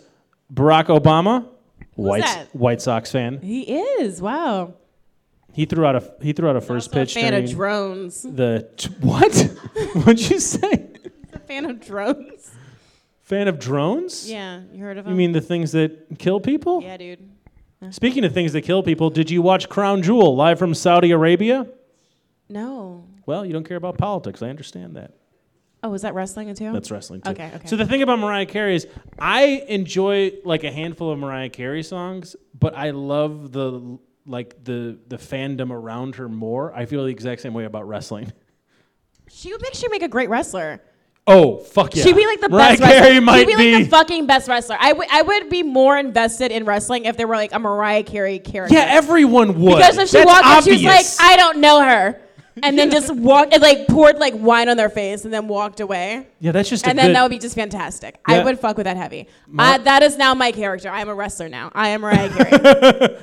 Speaker 2: Barack Obama,
Speaker 4: that?
Speaker 2: White, White Sox fan.
Speaker 4: He is. Wow.
Speaker 2: He threw out a he threw out a first
Speaker 4: Also a
Speaker 2: pitch
Speaker 4: fan
Speaker 2: during
Speaker 4: of drones.
Speaker 2: the t- what? What'd you say?
Speaker 4: A fan of drones.
Speaker 2: Fan of drones?
Speaker 4: Yeah, you heard of him?
Speaker 2: You mean the things that kill people?
Speaker 4: yeah, dude.
Speaker 2: Speaking of things that kill people, did you watch Crown Jewel live from Saudi Arabia?
Speaker 4: No.
Speaker 2: Well, you don't care about politics. I understand that.
Speaker 4: Oh, was that wrestling too?
Speaker 2: That's wrestling too.
Speaker 4: Okay, okay.
Speaker 2: So the thing about Mariah Carey is I enjoy like a handful of Mariah Carey songs, but I love the like the the fandom around her more. I feel the exact same way about wrestling.
Speaker 4: She would make she make a great wrestler.
Speaker 2: Oh, fuck yeah.
Speaker 4: She'd be like the
Speaker 2: Mariah
Speaker 4: best wrestler.
Speaker 2: Carey might
Speaker 4: She'd be, like the
Speaker 2: be-
Speaker 4: fucking best wrestler. I would I would be more invested in wrestling if there were like a Mariah Carey character.
Speaker 2: yeah, everyone would.
Speaker 4: Because if she
Speaker 2: That's
Speaker 4: walked
Speaker 2: obvious.
Speaker 4: in, she was like, I don't know her. And then just walked, and like poured like wine on their face and then walked away.
Speaker 2: yeah, that's just a
Speaker 4: And then
Speaker 2: good-
Speaker 4: that would be just fantastic. I
Speaker 2: Yeah.
Speaker 4: would fuck with that heavy.
Speaker 2: Mar-
Speaker 4: I, that is now my character. I am a wrestler now. I am Mariah Carey.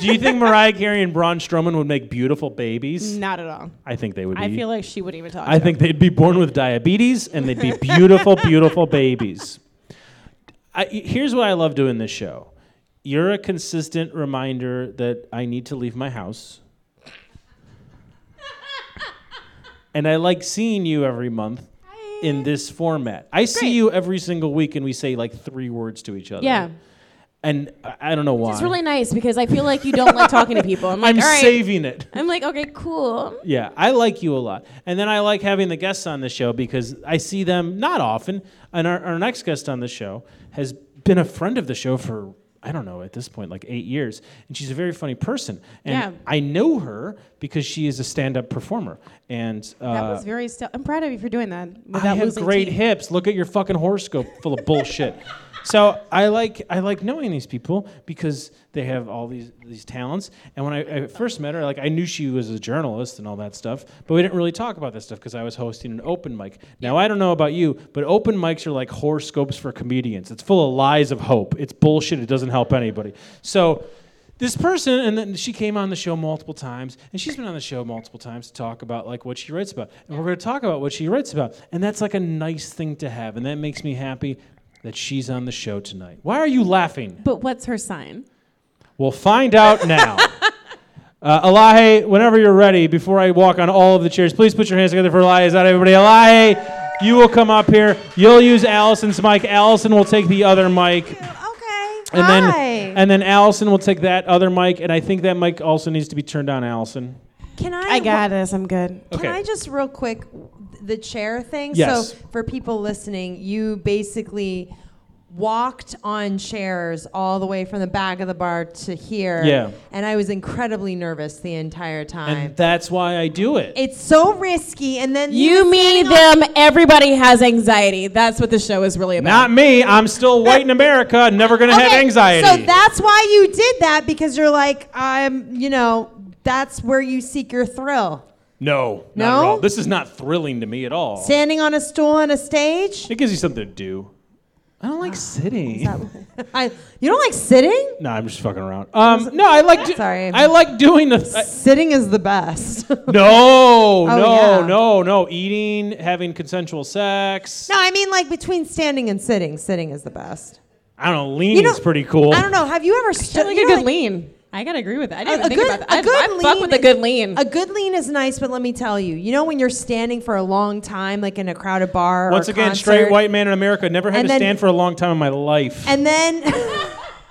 Speaker 2: Do you think Mariah Carey and Braun Strowman would make beautiful babies?
Speaker 4: Not at all.
Speaker 2: I think they would be
Speaker 4: I feel like she wouldn't even talk.
Speaker 2: I think they'd be born with diabetes and they'd be beautiful, beautiful babies. I, here's what I love doing this show. You're a consistent reminder that I need to leave my house. and I like seeing you every month in this format. I see
Speaker 4: Great.
Speaker 2: you every single week and we say like three words to each other.
Speaker 4: Yeah.
Speaker 2: and I- I don't know why.
Speaker 4: It's really nice because I feel like you don't like talking to people. I'm like,
Speaker 2: I'm
Speaker 4: all right.
Speaker 2: saving it.
Speaker 4: I'm like, okay, cool.
Speaker 2: Yeah, I like you a lot. And then I like having the guests on the show because I see them not often. And our, our next guest on the show has been a friend of the show for, I don't know, at this point, like eight years. And she's a very funny person. And
Speaker 4: Yeah.
Speaker 2: I know her because she is a stand up performer. And uh,
Speaker 4: That was very. St- I'm proud of you for doing that without
Speaker 2: I have
Speaker 4: losing
Speaker 2: great
Speaker 4: teeth.
Speaker 2: hips. Look at your fucking horoscope full of bullshit. So I like I like knowing these people because they have all these these talents. And when I, I first met her, like I knew she was a journalist and all that stuff, but we didn't really talk about that stuff because I was hosting an open mic. Now I don't know about you, but open mics are like horoscopes for comedians. It's full of lies of hope. It's bullshit. It doesn't help anybody. So this person and then she came on the show multiple times and she's been on the show multiple times to talk about like what she writes about and we're going to talk about what she writes about and that's like a nice thing to have and that makes me happy that she's on the show tonight why are you laughing
Speaker 4: But what's her sign?
Speaker 2: we'll find out now uh, Elahe, whenever you're ready before i walk on all of the chairs please put your hands together for Elahe. is that everybody Elahe, you will come up here you'll use allison's mic allison will take the other mic
Speaker 5: Okay. Uh,
Speaker 2: and
Speaker 5: Hi.
Speaker 2: then and then Allison will take that other mic, and I think that mic also needs to be turned on, Allison.
Speaker 5: can I?
Speaker 4: I got this. I'm good.
Speaker 5: Can
Speaker 2: Okay.
Speaker 5: I just real quick th- the chair thing?
Speaker 2: Yes.
Speaker 5: So for people listening, you basically walked on chairs all the way from the back of the bar to here.
Speaker 2: Yeah.
Speaker 5: And I was incredibly nervous the entire time.
Speaker 2: And that's why I do it.
Speaker 5: it's so risky. And then
Speaker 4: You, me, them. Everybody has anxiety. That's what the show is really about.
Speaker 2: Not me. I'm still white in America. Never gonna have anxiety.
Speaker 5: So that's why you did that because you're like, I'm, you know, that's where you seek your thrill.
Speaker 2: no, not
Speaker 5: No?
Speaker 2: at all. This is not thrilling to me at all.
Speaker 5: Standing on a stool on a stage.
Speaker 2: it gives you something to do. I don't
Speaker 5: Ah,
Speaker 2: like sitting.
Speaker 5: I, you don't like sitting?
Speaker 2: no, I'm just fucking around. Um, no, I like. Do-
Speaker 5: Sorry.
Speaker 2: I like doing the. I-
Speaker 5: Sitting is the best. no,
Speaker 2: no, no,
Speaker 5: Oh, yeah.
Speaker 2: no, no. Eating, having consensual sex.
Speaker 5: I mean like between standing and sitting, sitting is the best.
Speaker 2: I don't know. Leaning's
Speaker 5: know-
Speaker 2: pretty cool.
Speaker 5: I don't know. Have you ever stood?
Speaker 4: That's like
Speaker 5: you
Speaker 4: a
Speaker 5: know,
Speaker 4: good lean. I gotta agree with that. I didn't even think about that.
Speaker 5: a
Speaker 4: I, I fuck with a good lean.
Speaker 5: A good lean is nice, but let me tell you, you know when you're standing for a long time, like in a crowded bar. or
Speaker 2: Once
Speaker 5: a
Speaker 2: again,
Speaker 5: concert,
Speaker 2: straight white man in America. Never had
Speaker 5: And
Speaker 2: to
Speaker 5: then-
Speaker 2: stand for a long time in my life.
Speaker 5: And then,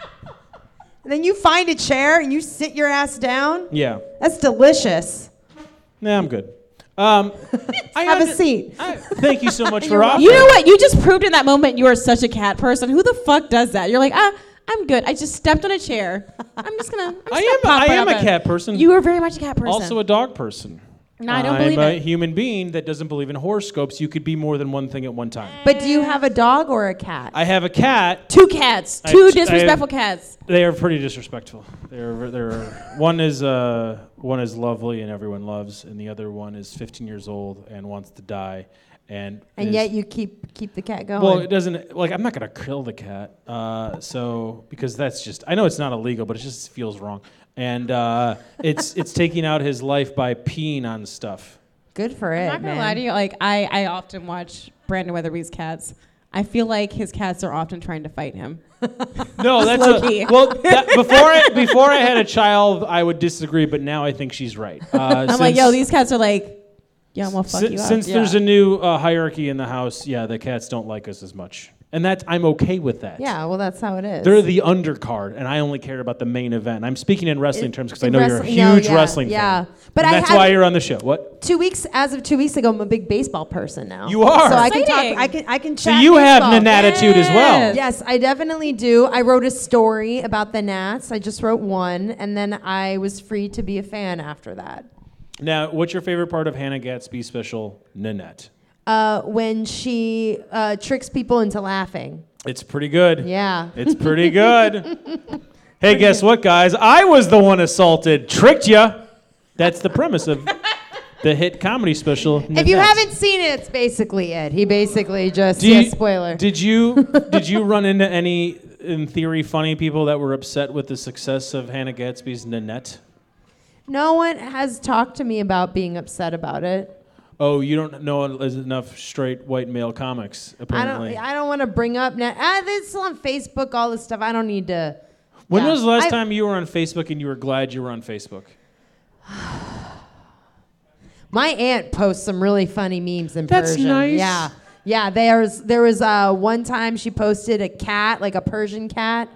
Speaker 5: then you find a chair and you sit your ass down.
Speaker 2: yeah.
Speaker 5: That's delicious.
Speaker 2: Nah, I'm good. Um, I
Speaker 5: Have a
Speaker 2: under-
Speaker 5: seat.
Speaker 2: I- thank you so much for
Speaker 5: You're welcome.
Speaker 2: offering.
Speaker 4: You know what? You just proved in that moment you are such a cat person. Who the fuck does that? You're like, ah, I'm good. I just stepped on a chair. I'm just gonna. I'm just
Speaker 2: I
Speaker 4: gonna
Speaker 2: am-
Speaker 4: Pop
Speaker 2: I
Speaker 4: right
Speaker 2: am
Speaker 4: up
Speaker 2: a
Speaker 4: in."
Speaker 2: cat person.
Speaker 4: You are very much a cat person.
Speaker 2: Also a dog person.
Speaker 4: No, I don't
Speaker 2: I'm
Speaker 4: believe
Speaker 2: a
Speaker 4: it.
Speaker 2: human being that doesn't believe in horoscopes. You could be more than one thing at one time.
Speaker 5: But do you have a dog or a cat?
Speaker 2: I have a cat.
Speaker 4: two cats.
Speaker 2: I-
Speaker 4: Two
Speaker 2: I-
Speaker 4: disrespectful cats.
Speaker 2: They are pretty disrespectful. They're they're one is uh one is lovely and everyone loves, and the other one is 15 years old and wants to die. And
Speaker 5: and
Speaker 2: is-
Speaker 5: yet you keep keep the cat going.
Speaker 2: Well, it doesn't. Like, I'm not gonna kill the cat. Uh, so because that's just. I know it's not illegal, but it just feels wrong. And uh, it's it's taking out his life by peeing on stuff.
Speaker 5: Good for it.
Speaker 4: I'm not gonna
Speaker 5: man.
Speaker 4: lie to you. Like I, I often watch Brandon Weatherby's cats. I feel like his cats are often trying to fight him.
Speaker 2: No, that's
Speaker 4: low
Speaker 2: a-
Speaker 4: key.
Speaker 2: well. That, before I before I had a child, I would disagree, but now I think she's right. Uh,
Speaker 4: I'm like, yo, these cats are like, yo, I'm gonna fuck you up.
Speaker 2: since there's
Speaker 5: Yeah.
Speaker 2: a new uh, hierarchy in the house, yeah, the cats don't like us as much, and that I'm okay with that.
Speaker 5: Yeah, well, that's how it is.
Speaker 2: They're the undercard, and I only care about the main event. I'm speaking in wrestling terms because I
Speaker 5: in
Speaker 2: know you're a
Speaker 5: wrestling- no,
Speaker 2: huge
Speaker 5: yeah,
Speaker 2: wrestling
Speaker 5: yeah.
Speaker 2: fan.
Speaker 5: But
Speaker 2: And
Speaker 5: I
Speaker 2: that's
Speaker 5: have-
Speaker 2: why you're on the show. What?
Speaker 5: two weeks as of two weeks ago. I'm a big baseball person now.
Speaker 2: You are.
Speaker 5: So I can talk.
Speaker 4: Exciting.
Speaker 5: I can. I can.
Speaker 2: So
Speaker 5: chat
Speaker 2: you have
Speaker 5: baseball.
Speaker 2: an attitude as well.
Speaker 4: Yes.
Speaker 5: Yes, I definitely do. I wrote a story about the Nats. I just wrote one, and then I was free to be a fan after that.
Speaker 2: Now, what's your favorite part of Hannah Gatsby's special, Nanette?
Speaker 5: Uh, when she uh, tricks people into laughing.
Speaker 2: It's pretty good.
Speaker 5: Yeah.
Speaker 2: It's pretty good. hey, guess what, guys? I was the one assaulted. Tricked ya. That's the premise of the hit comedy special.
Speaker 5: If you haven't seen it, it's basically it. He basically just
Speaker 2: Do
Speaker 5: yeah,
Speaker 2: you-
Speaker 5: spoiler.
Speaker 2: Did you did you run into any in theory funny people that were upset with the success of Hannah Gatsby's Nanette?
Speaker 5: no one has talked to me about being upset about it.
Speaker 2: Oh, you don't know enough straight white male comics
Speaker 5: I
Speaker 2: apparently.
Speaker 5: don't. I don't want to bring up now. Ah, this is on Facebook. All this stuff. I don't need to.
Speaker 2: when
Speaker 5: yeah.
Speaker 2: was the last
Speaker 5: I-
Speaker 2: time you were on Facebook and you were glad you were on Facebook?
Speaker 5: My aunt posts some really funny memes in
Speaker 2: That's
Speaker 5: Persian.
Speaker 2: nice.
Speaker 5: Yeah, yeah. There was there was uh, one time she posted a cat, like a Persian cat,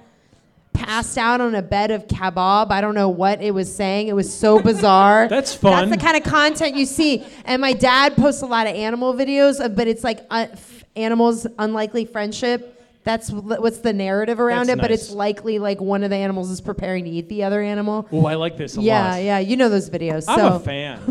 Speaker 5: passed out on a bed of kebab. I don't know what it was saying. It was so bizarre.
Speaker 2: That's fun.
Speaker 5: That's the kind of content you see. And my dad posts a lot of animal videos, uh, but it's like uh, f- animals unlikely friendship. That's wh- what's the narrative around
Speaker 2: That's
Speaker 5: it, but
Speaker 2: nice.
Speaker 5: it's likely like one of the animals is preparing to eat the other animal.
Speaker 2: Oh, I like this a
Speaker 5: yeah,
Speaker 2: lot.
Speaker 5: yeah, you know those videos.
Speaker 2: I'm
Speaker 5: so,
Speaker 2: a fan.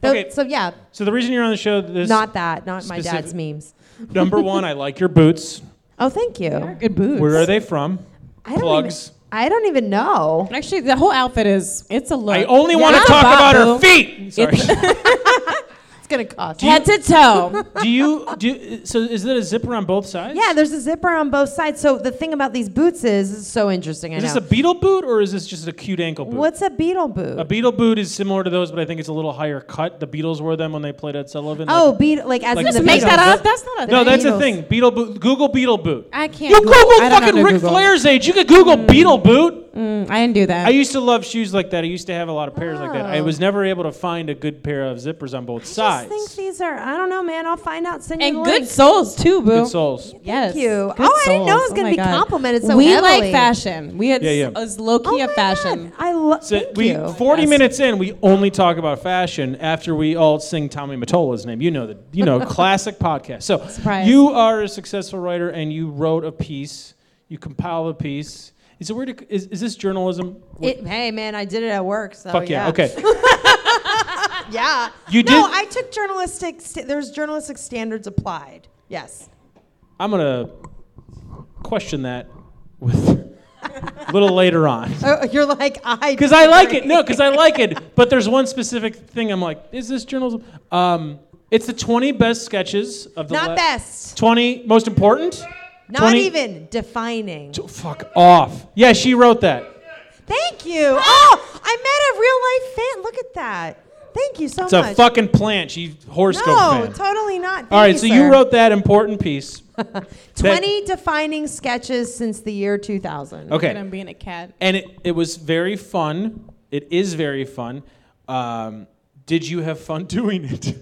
Speaker 5: tho-
Speaker 2: Okay,
Speaker 5: so yeah,
Speaker 2: so the reason you're on the show this
Speaker 5: not that, not my dad's
Speaker 2: specific-
Speaker 5: memes.
Speaker 2: number one, I like your boots.
Speaker 5: Oh, thank you.
Speaker 4: Good boots.
Speaker 2: Where are they from?
Speaker 5: I don't
Speaker 2: Plugs.
Speaker 5: Even, I don't even know.
Speaker 4: Actually, the whole outfit is it's a look.
Speaker 2: I only
Speaker 5: Yeah,
Speaker 2: want to
Speaker 5: it's a
Speaker 2: talk
Speaker 5: bop,
Speaker 2: about her
Speaker 5: boo.
Speaker 2: feet. Sorry.
Speaker 5: It's gonna cost.
Speaker 4: head to toe.
Speaker 2: do you do? So is that a zipper on both sides?
Speaker 5: Yeah, there's a zipper on both sides. So the thing about these boots is, this is so interesting. I
Speaker 2: Is this
Speaker 5: know.
Speaker 2: a beetle boot or is this just a cute ankle boot?
Speaker 5: What's a beetle boot?
Speaker 2: A beetle boot is similar to those, but I think it's a little higher cut. The Beatles wore them when they played at Sullivan.
Speaker 5: oh,
Speaker 2: like-
Speaker 5: beetle like as
Speaker 2: like
Speaker 5: in
Speaker 2: Just
Speaker 5: the
Speaker 4: Make
Speaker 5: Beatles.
Speaker 4: that up. That's not a
Speaker 2: no,
Speaker 4: thing.
Speaker 2: that's a
Speaker 5: Beatles.
Speaker 2: thing. Beetle boot. Google beetle boot.
Speaker 4: I can't.
Speaker 2: You Google,
Speaker 4: I don't know
Speaker 2: fucking Ric
Speaker 4: Google.
Speaker 2: Flair's age. You could Google
Speaker 5: Hmm.
Speaker 2: beetle boot.
Speaker 4: Mm, I didn't do that.
Speaker 2: I used to love shoes like that. I used to have a lot of pairs like that. I
Speaker 5: Oh.
Speaker 2: was never able to find a good pair of zippers on both
Speaker 5: I
Speaker 2: sides.
Speaker 5: just think these are. I don't know, man. I'll find out. Send you
Speaker 4: and
Speaker 5: the
Speaker 4: good
Speaker 5: link.
Speaker 4: soles too, boo.
Speaker 2: good soles.
Speaker 4: Yes.
Speaker 5: Thank you.
Speaker 4: Good
Speaker 5: Oh, I didn't know it
Speaker 4: soles.
Speaker 5: was gonna
Speaker 4: my
Speaker 5: be
Speaker 4: God.
Speaker 5: complimented so
Speaker 4: We like
Speaker 5: heavily.
Speaker 4: fashion. We had
Speaker 2: Yeah, yeah.
Speaker 4: s- was low key
Speaker 5: Oh
Speaker 4: of
Speaker 5: my
Speaker 4: fashion.
Speaker 5: God. I love.
Speaker 2: So
Speaker 5: thank
Speaker 2: we
Speaker 5: you.
Speaker 2: 40
Speaker 4: Yes.
Speaker 2: minutes in, we only talk about fashion after we all sing Tommy Mottola's name. You know the you know classic podcast. So
Speaker 4: Surprise.
Speaker 2: you are a successful writer and you wrote a piece, you compile a piece. Is it weird? To, is, is this journalism?
Speaker 5: It, oh, hey, man, I did it at work. So
Speaker 2: Fuck yeah. Okay.
Speaker 5: Yeah.
Speaker 2: You
Speaker 5: no,
Speaker 2: did-
Speaker 5: I took journalistic. St- there's journalistic standards applied. Yes.
Speaker 2: I'm gonna question that with a little later on.
Speaker 5: Oh, you're like I.
Speaker 2: Because I like it. No, because I like it. But there's one specific thing I'm like, is this journalism? Um, it's the 20 best sketches of the
Speaker 5: Not
Speaker 2: la-
Speaker 5: best.
Speaker 2: 20 most important.
Speaker 5: Not
Speaker 2: 20
Speaker 5: even defining.
Speaker 2: D- Fuck off. Yeah, she wrote that.
Speaker 5: Thank you. Oh, I met a real life fan. Look at that. Thank you so
Speaker 2: It's
Speaker 5: much.
Speaker 2: a fucking plant. She horoscope
Speaker 5: no,
Speaker 2: fan.
Speaker 5: totally not. Thank
Speaker 2: All right, so you
Speaker 5: sir.
Speaker 2: wrote that important piece.
Speaker 5: 20 defining sketches since the year 2000.
Speaker 4: And I'm
Speaker 2: Okay.
Speaker 4: being a cat.
Speaker 2: And it, it was very fun. It is very fun. Um, did you have fun doing it?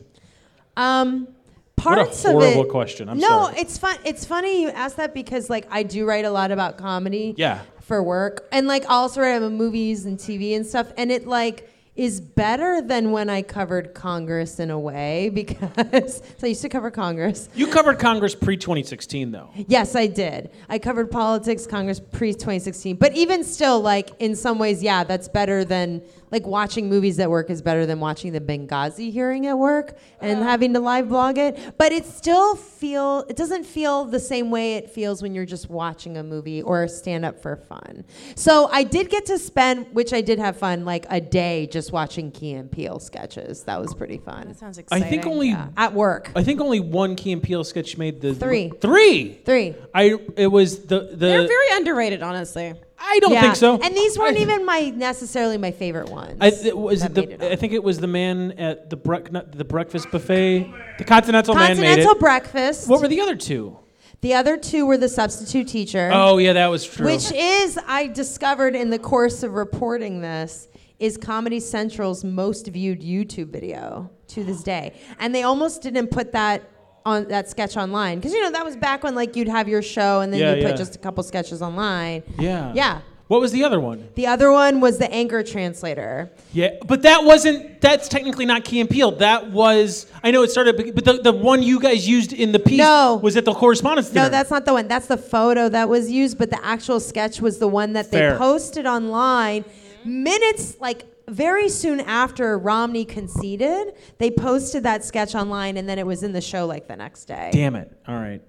Speaker 5: Um, parts
Speaker 2: horrible
Speaker 5: of it,
Speaker 2: question. I'm
Speaker 5: no,
Speaker 2: sorry.
Speaker 5: it's fun. It's funny you ask that because like I do write a lot about comedy.
Speaker 2: Yeah.
Speaker 5: For work, and like I also write about movies and TV and stuff, and it like is better than when I covered Congress in a way because so I used to cover Congress.
Speaker 2: You covered Congress pre 2016, though.
Speaker 5: Yes, I did. I covered politics, Congress pre 2016. But even still, like in some ways, yeah, that's better than like watching movies at work is better than watching the Benghazi hearing at work and having to live blog it. But it still feel it doesn't feel the same way it feels when you're just watching a movie or stand up for fun. So I did get to spend, which I did have fun, like a day just watching Key and Peele sketches. That was pretty fun.
Speaker 4: That sounds
Speaker 2: I
Speaker 4: exciting.
Speaker 2: think only
Speaker 5: At work,
Speaker 2: I think only one Key and Peele sketch made the
Speaker 5: Three.
Speaker 2: Three.
Speaker 5: three.
Speaker 2: I it was the the
Speaker 4: they're very underrated, honestly.
Speaker 2: I don't think so.
Speaker 5: And these weren't
Speaker 2: I-
Speaker 5: even my necessarily my favorite ones.
Speaker 2: I th- was it
Speaker 5: that
Speaker 2: the,
Speaker 5: made it
Speaker 2: I
Speaker 5: on.
Speaker 2: think it was the man at the brec- not the breakfast buffet. The Continental, oh, man made
Speaker 5: Continental
Speaker 2: it.
Speaker 5: Breakfast.
Speaker 2: what were the other two?
Speaker 5: the other two were the substitute teacher,
Speaker 2: Oh yeah, that was true.
Speaker 5: which is I discovered in the course of reporting this is Comedy Central's most viewed YouTube video to this day, and they almost didn't put that on that sketch online because you know that was back when like you'd have your show and then
Speaker 2: Yeah,
Speaker 5: you
Speaker 2: yeah.
Speaker 5: put just a couple sketches online.
Speaker 2: yeah.
Speaker 5: Yeah.
Speaker 2: What was the other one?
Speaker 5: The other one was the anchor translator.
Speaker 2: Yeah, but that wasn't. That's technically not Key and Peele. That was. I know it started, but the, the one you guys used in the piece
Speaker 5: No.
Speaker 2: was at the correspondence dinner.
Speaker 5: No, that's not the one. That's the photo that was used, but the actual sketch was the one that
Speaker 2: Fair.
Speaker 5: they posted online minutes like very soon after Romney conceded. They posted that sketch online and then it was in the show like the next day.
Speaker 2: Damn it! All right.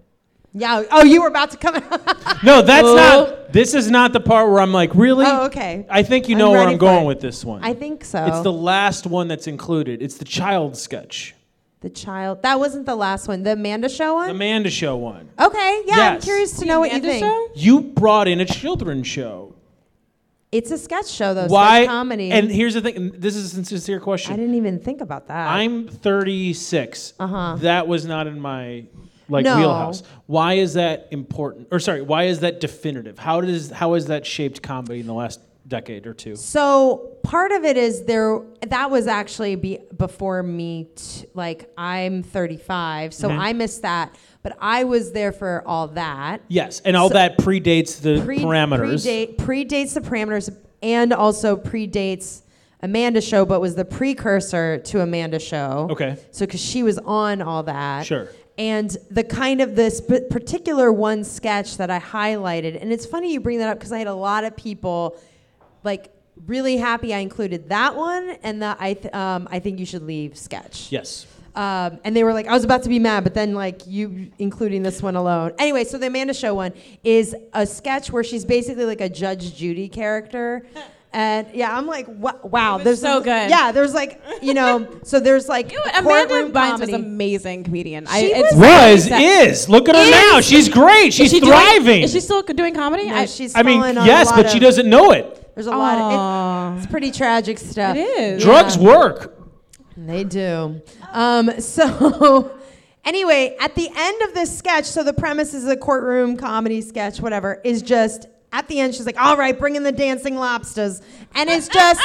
Speaker 5: Yeah. Oh, you were about to come
Speaker 2: No, that's
Speaker 5: Oh.
Speaker 2: not. This is not the part where I'm like, really.
Speaker 5: Oh, okay.
Speaker 2: I think you
Speaker 5: I'm
Speaker 2: know where
Speaker 5: ready
Speaker 2: I'm
Speaker 5: for
Speaker 2: going
Speaker 5: it.
Speaker 2: with this one.
Speaker 5: I think so.
Speaker 2: it's the last one that's included. It's the child sketch,
Speaker 5: the child. That wasn't the last one. The Amanda show
Speaker 2: the
Speaker 5: one?
Speaker 2: Amanda Show one.
Speaker 5: okay. Yeah, I'm
Speaker 2: Yes.
Speaker 5: curious to know what you
Speaker 4: Amanda
Speaker 5: think.
Speaker 4: show?
Speaker 2: You brought in a children's show.
Speaker 5: It's a sketch show though.
Speaker 2: Why?
Speaker 5: Sketch comedy.
Speaker 2: And here's the thing. and This is a sincere question.
Speaker 5: I didn't even think about that.
Speaker 2: I'm 36.
Speaker 5: Uh-huh.
Speaker 2: That was not in my like
Speaker 5: No.
Speaker 2: wheelhouse. Why is that important? Or sorry, why is that definitive? How does how has that shaped comedy in the last decade or two?
Speaker 5: So part of it is there. That was
Speaker 2: Mm-hmm.
Speaker 5: actually be, before me. T- like I'm 35, so I missed that. But I was there for all that.
Speaker 2: Yes, and all
Speaker 5: So-
Speaker 2: that predates the parameters.
Speaker 5: Predate, predates the parameters and also predates Amanda show, but was the precursor to Amanda show.
Speaker 2: Okay.
Speaker 5: So because she was on all that.
Speaker 2: Sure.
Speaker 5: And the kind of this p- particular one sketch that I highlighted, and it's funny you bring that up because I had a lot of people like really happy I included that one and the I th- um, I think you should leave sketch.
Speaker 2: yes.
Speaker 5: Um, and they were like, I was about to be mad, but then like you including this one alone. Anyway, so the Amanda Show one is a sketch where she's basically like a Judge Judy character. And yeah, I'm like, wa- wow, there's
Speaker 4: so good.
Speaker 5: Yeah, there's like, you know, so there's like
Speaker 4: Amanda
Speaker 5: courtroom
Speaker 4: Bynes was
Speaker 5: comedy.
Speaker 4: an amazing comedian.
Speaker 5: She
Speaker 4: it's
Speaker 5: was-
Speaker 2: Was
Speaker 4: that-
Speaker 2: is look at her
Speaker 4: Is-
Speaker 2: now. She's great. She's
Speaker 4: Is she doing-
Speaker 2: thriving.
Speaker 4: is she still doing comedy?
Speaker 5: No,
Speaker 4: I-
Speaker 5: she's
Speaker 2: I mean,
Speaker 5: fallen on a
Speaker 2: yes,
Speaker 5: lot
Speaker 2: but she
Speaker 5: of-
Speaker 2: doesn't know it.
Speaker 5: There's a lot of
Speaker 4: Aw.
Speaker 5: it's, it's pretty tragic stuff.
Speaker 4: It is.
Speaker 2: Drugs work.
Speaker 5: They do. Um, so, anyway, at the end of this sketch, so the premise is a courtroom comedy sketch, whatever, is just at the end, she's like, all right, bring in the dancing lobsters. And it's just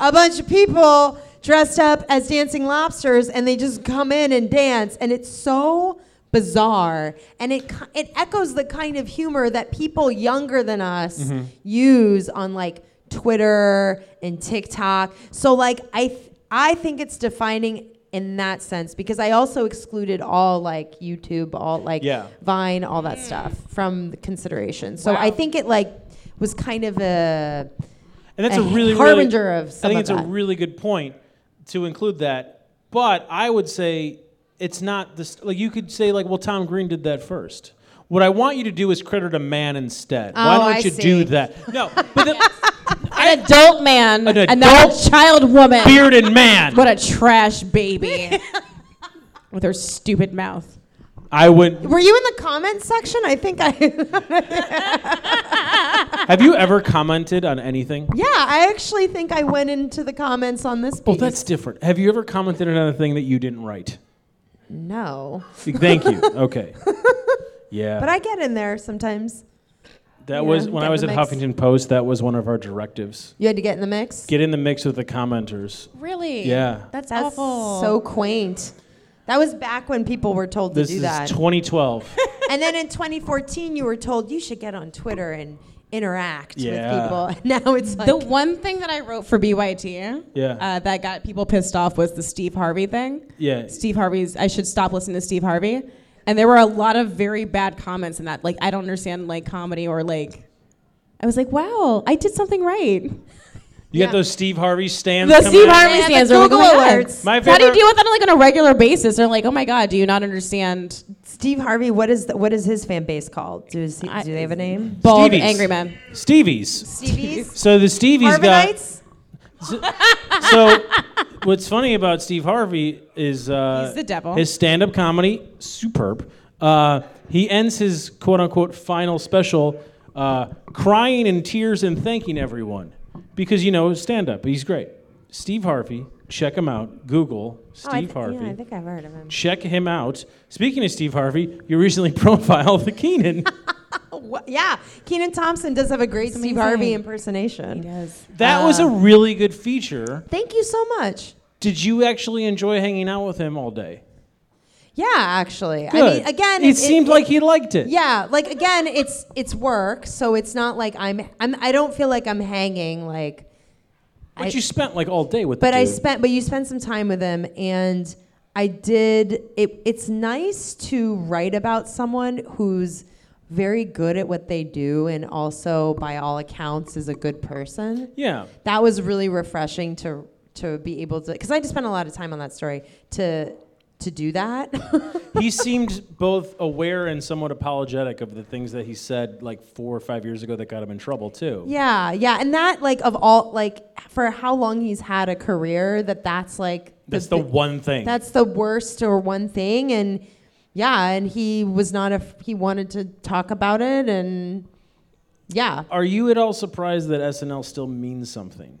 Speaker 5: a bunch of people dressed up as dancing lobsters, and they just come in and dance. And it's so bizarre and it ki- it echoes the kind of humor that people younger than us use on like Twitter and TikTok. So like I th- I think it's defining in that sense because I also excluded all like YouTube, all like
Speaker 2: Yeah.
Speaker 5: Vine, all that stuff from the consideration. So I think it like was kind of a
Speaker 2: And that's
Speaker 5: a
Speaker 2: a really
Speaker 5: harbinger
Speaker 2: really,
Speaker 5: of some
Speaker 2: I think
Speaker 5: of
Speaker 2: it's a
Speaker 5: that.
Speaker 2: really good point to include that. But I would say it's not this. Like you could say, like, well, Tom Green did that first. What I want you to do is credit a man instead. Why
Speaker 5: Oh,
Speaker 2: don't
Speaker 5: I
Speaker 2: you
Speaker 5: see.
Speaker 2: do that? No, but the
Speaker 4: an adult man,
Speaker 2: An
Speaker 4: and not
Speaker 2: adult
Speaker 4: a child woman.
Speaker 2: bearded man.
Speaker 4: What a trash baby. With her stupid mouth.
Speaker 2: I would.
Speaker 5: Were you in the comment section? I think I
Speaker 2: Have you ever commented on anything?
Speaker 5: Yeah, I actually think I went into the comments on this piece.
Speaker 2: Well, Oh, that's different. Have you ever commented on a thing that you didn't write?
Speaker 5: no.
Speaker 2: Thank you. Okay. Yeah.
Speaker 5: But I get in there sometimes.
Speaker 2: that
Speaker 5: you
Speaker 2: was
Speaker 5: know,
Speaker 2: when
Speaker 5: get
Speaker 2: I was
Speaker 5: the
Speaker 2: at
Speaker 5: mix.
Speaker 2: Huffington Post. That was one of our directives.
Speaker 5: You had to get in the mix.
Speaker 2: Get in the mix with the commenters.
Speaker 4: Really?
Speaker 2: Yeah.
Speaker 4: That's,
Speaker 5: That's
Speaker 4: awful.
Speaker 5: so quaint. That was back when people were told
Speaker 2: This
Speaker 5: to do
Speaker 2: is
Speaker 5: that.
Speaker 2: 2012.
Speaker 5: and then in 2014, you were told you should get on Twitter and interact
Speaker 2: Yeah.
Speaker 5: with people. And now it's like,
Speaker 4: the one thing that I wrote for BYT
Speaker 2: Yeah.
Speaker 4: uh, that got people pissed off was the Steve Harvey thing.
Speaker 2: Yeah.
Speaker 4: Steve Harvey's, I should stop listening to Steve Harvey. And there were a lot of very bad comments in that. Like, I don't understand, like, comedy or, like, I was like, wow, I did something right.
Speaker 2: You got those Steve Harvey stands.
Speaker 4: The
Speaker 2: coming
Speaker 4: Steve
Speaker 2: out?
Speaker 4: Harvey
Speaker 5: Yeah, the
Speaker 4: stands are like, oh
Speaker 5: Google
Speaker 4: my God.
Speaker 5: alerts.
Speaker 2: My
Speaker 4: How do you
Speaker 2: favorite-
Speaker 4: deal with that on, like, on a regular basis? They're like, oh my God, do you not understand
Speaker 5: Steve Harvey, what is the, what is his fan base called? Does he,
Speaker 4: I-
Speaker 5: do they have a name?
Speaker 4: bald,
Speaker 2: Stevies.
Speaker 4: angry man?
Speaker 2: Stevie's.
Speaker 5: Stevie's?
Speaker 2: So the Stevie's got.
Speaker 5: Harvinites?
Speaker 2: So what's funny about Steve Harvey is uh,
Speaker 4: He's the devil.
Speaker 2: His stand-up comedy superb. Uh, he ends his quote-unquote final special uh, crying in tears and thanking everyone because you know stand-up. He's great. Steve Harvey, check him out. Google Steve
Speaker 5: Oh, I th-
Speaker 2: Harvey.
Speaker 5: Yeah, I think I've heard of him.
Speaker 2: check him out. Speaking of Steve Harvey, you recently profiled the Keenan.
Speaker 5: Oh, wha- yeah, Keenan Thompson does have a great Steve
Speaker 4: amazing.
Speaker 5: Harvey impersonation.
Speaker 2: That
Speaker 5: Uh.
Speaker 2: was a really good feature.
Speaker 5: Thank you so much.
Speaker 2: Did you actually enjoy hanging out with him all day?
Speaker 5: Yeah, actually. I
Speaker 2: Good.
Speaker 5: mean, again,
Speaker 2: it, seemed like he liked it.
Speaker 5: Yeah, like again, it's it's work, so it's not like I'm I'm I don't feel like I'm hanging like
Speaker 2: But
Speaker 5: I-
Speaker 2: you spent like all day with.
Speaker 5: but
Speaker 2: the
Speaker 5: I
Speaker 2: dude.
Speaker 5: spent but you spent some time with him and I did it it's nice to write about someone who's very good at what they do and also by all accounts is a good person.
Speaker 2: Yeah.
Speaker 5: That was really refreshing to to be able to cuz I just spent a lot of time on that story to to do that.
Speaker 2: He seemed both aware and somewhat apologetic of the things that he said like four or five years ago that got him in trouble too.
Speaker 5: Yeah, yeah, and that like of all like for how long he's had a career that that's like
Speaker 2: That's the,
Speaker 5: bi-
Speaker 2: one thing.
Speaker 5: that's the worst or one thing and yeah, and he was not a f- he wanted to talk about it and yeah.
Speaker 2: Are you at all surprised that SNL still means something?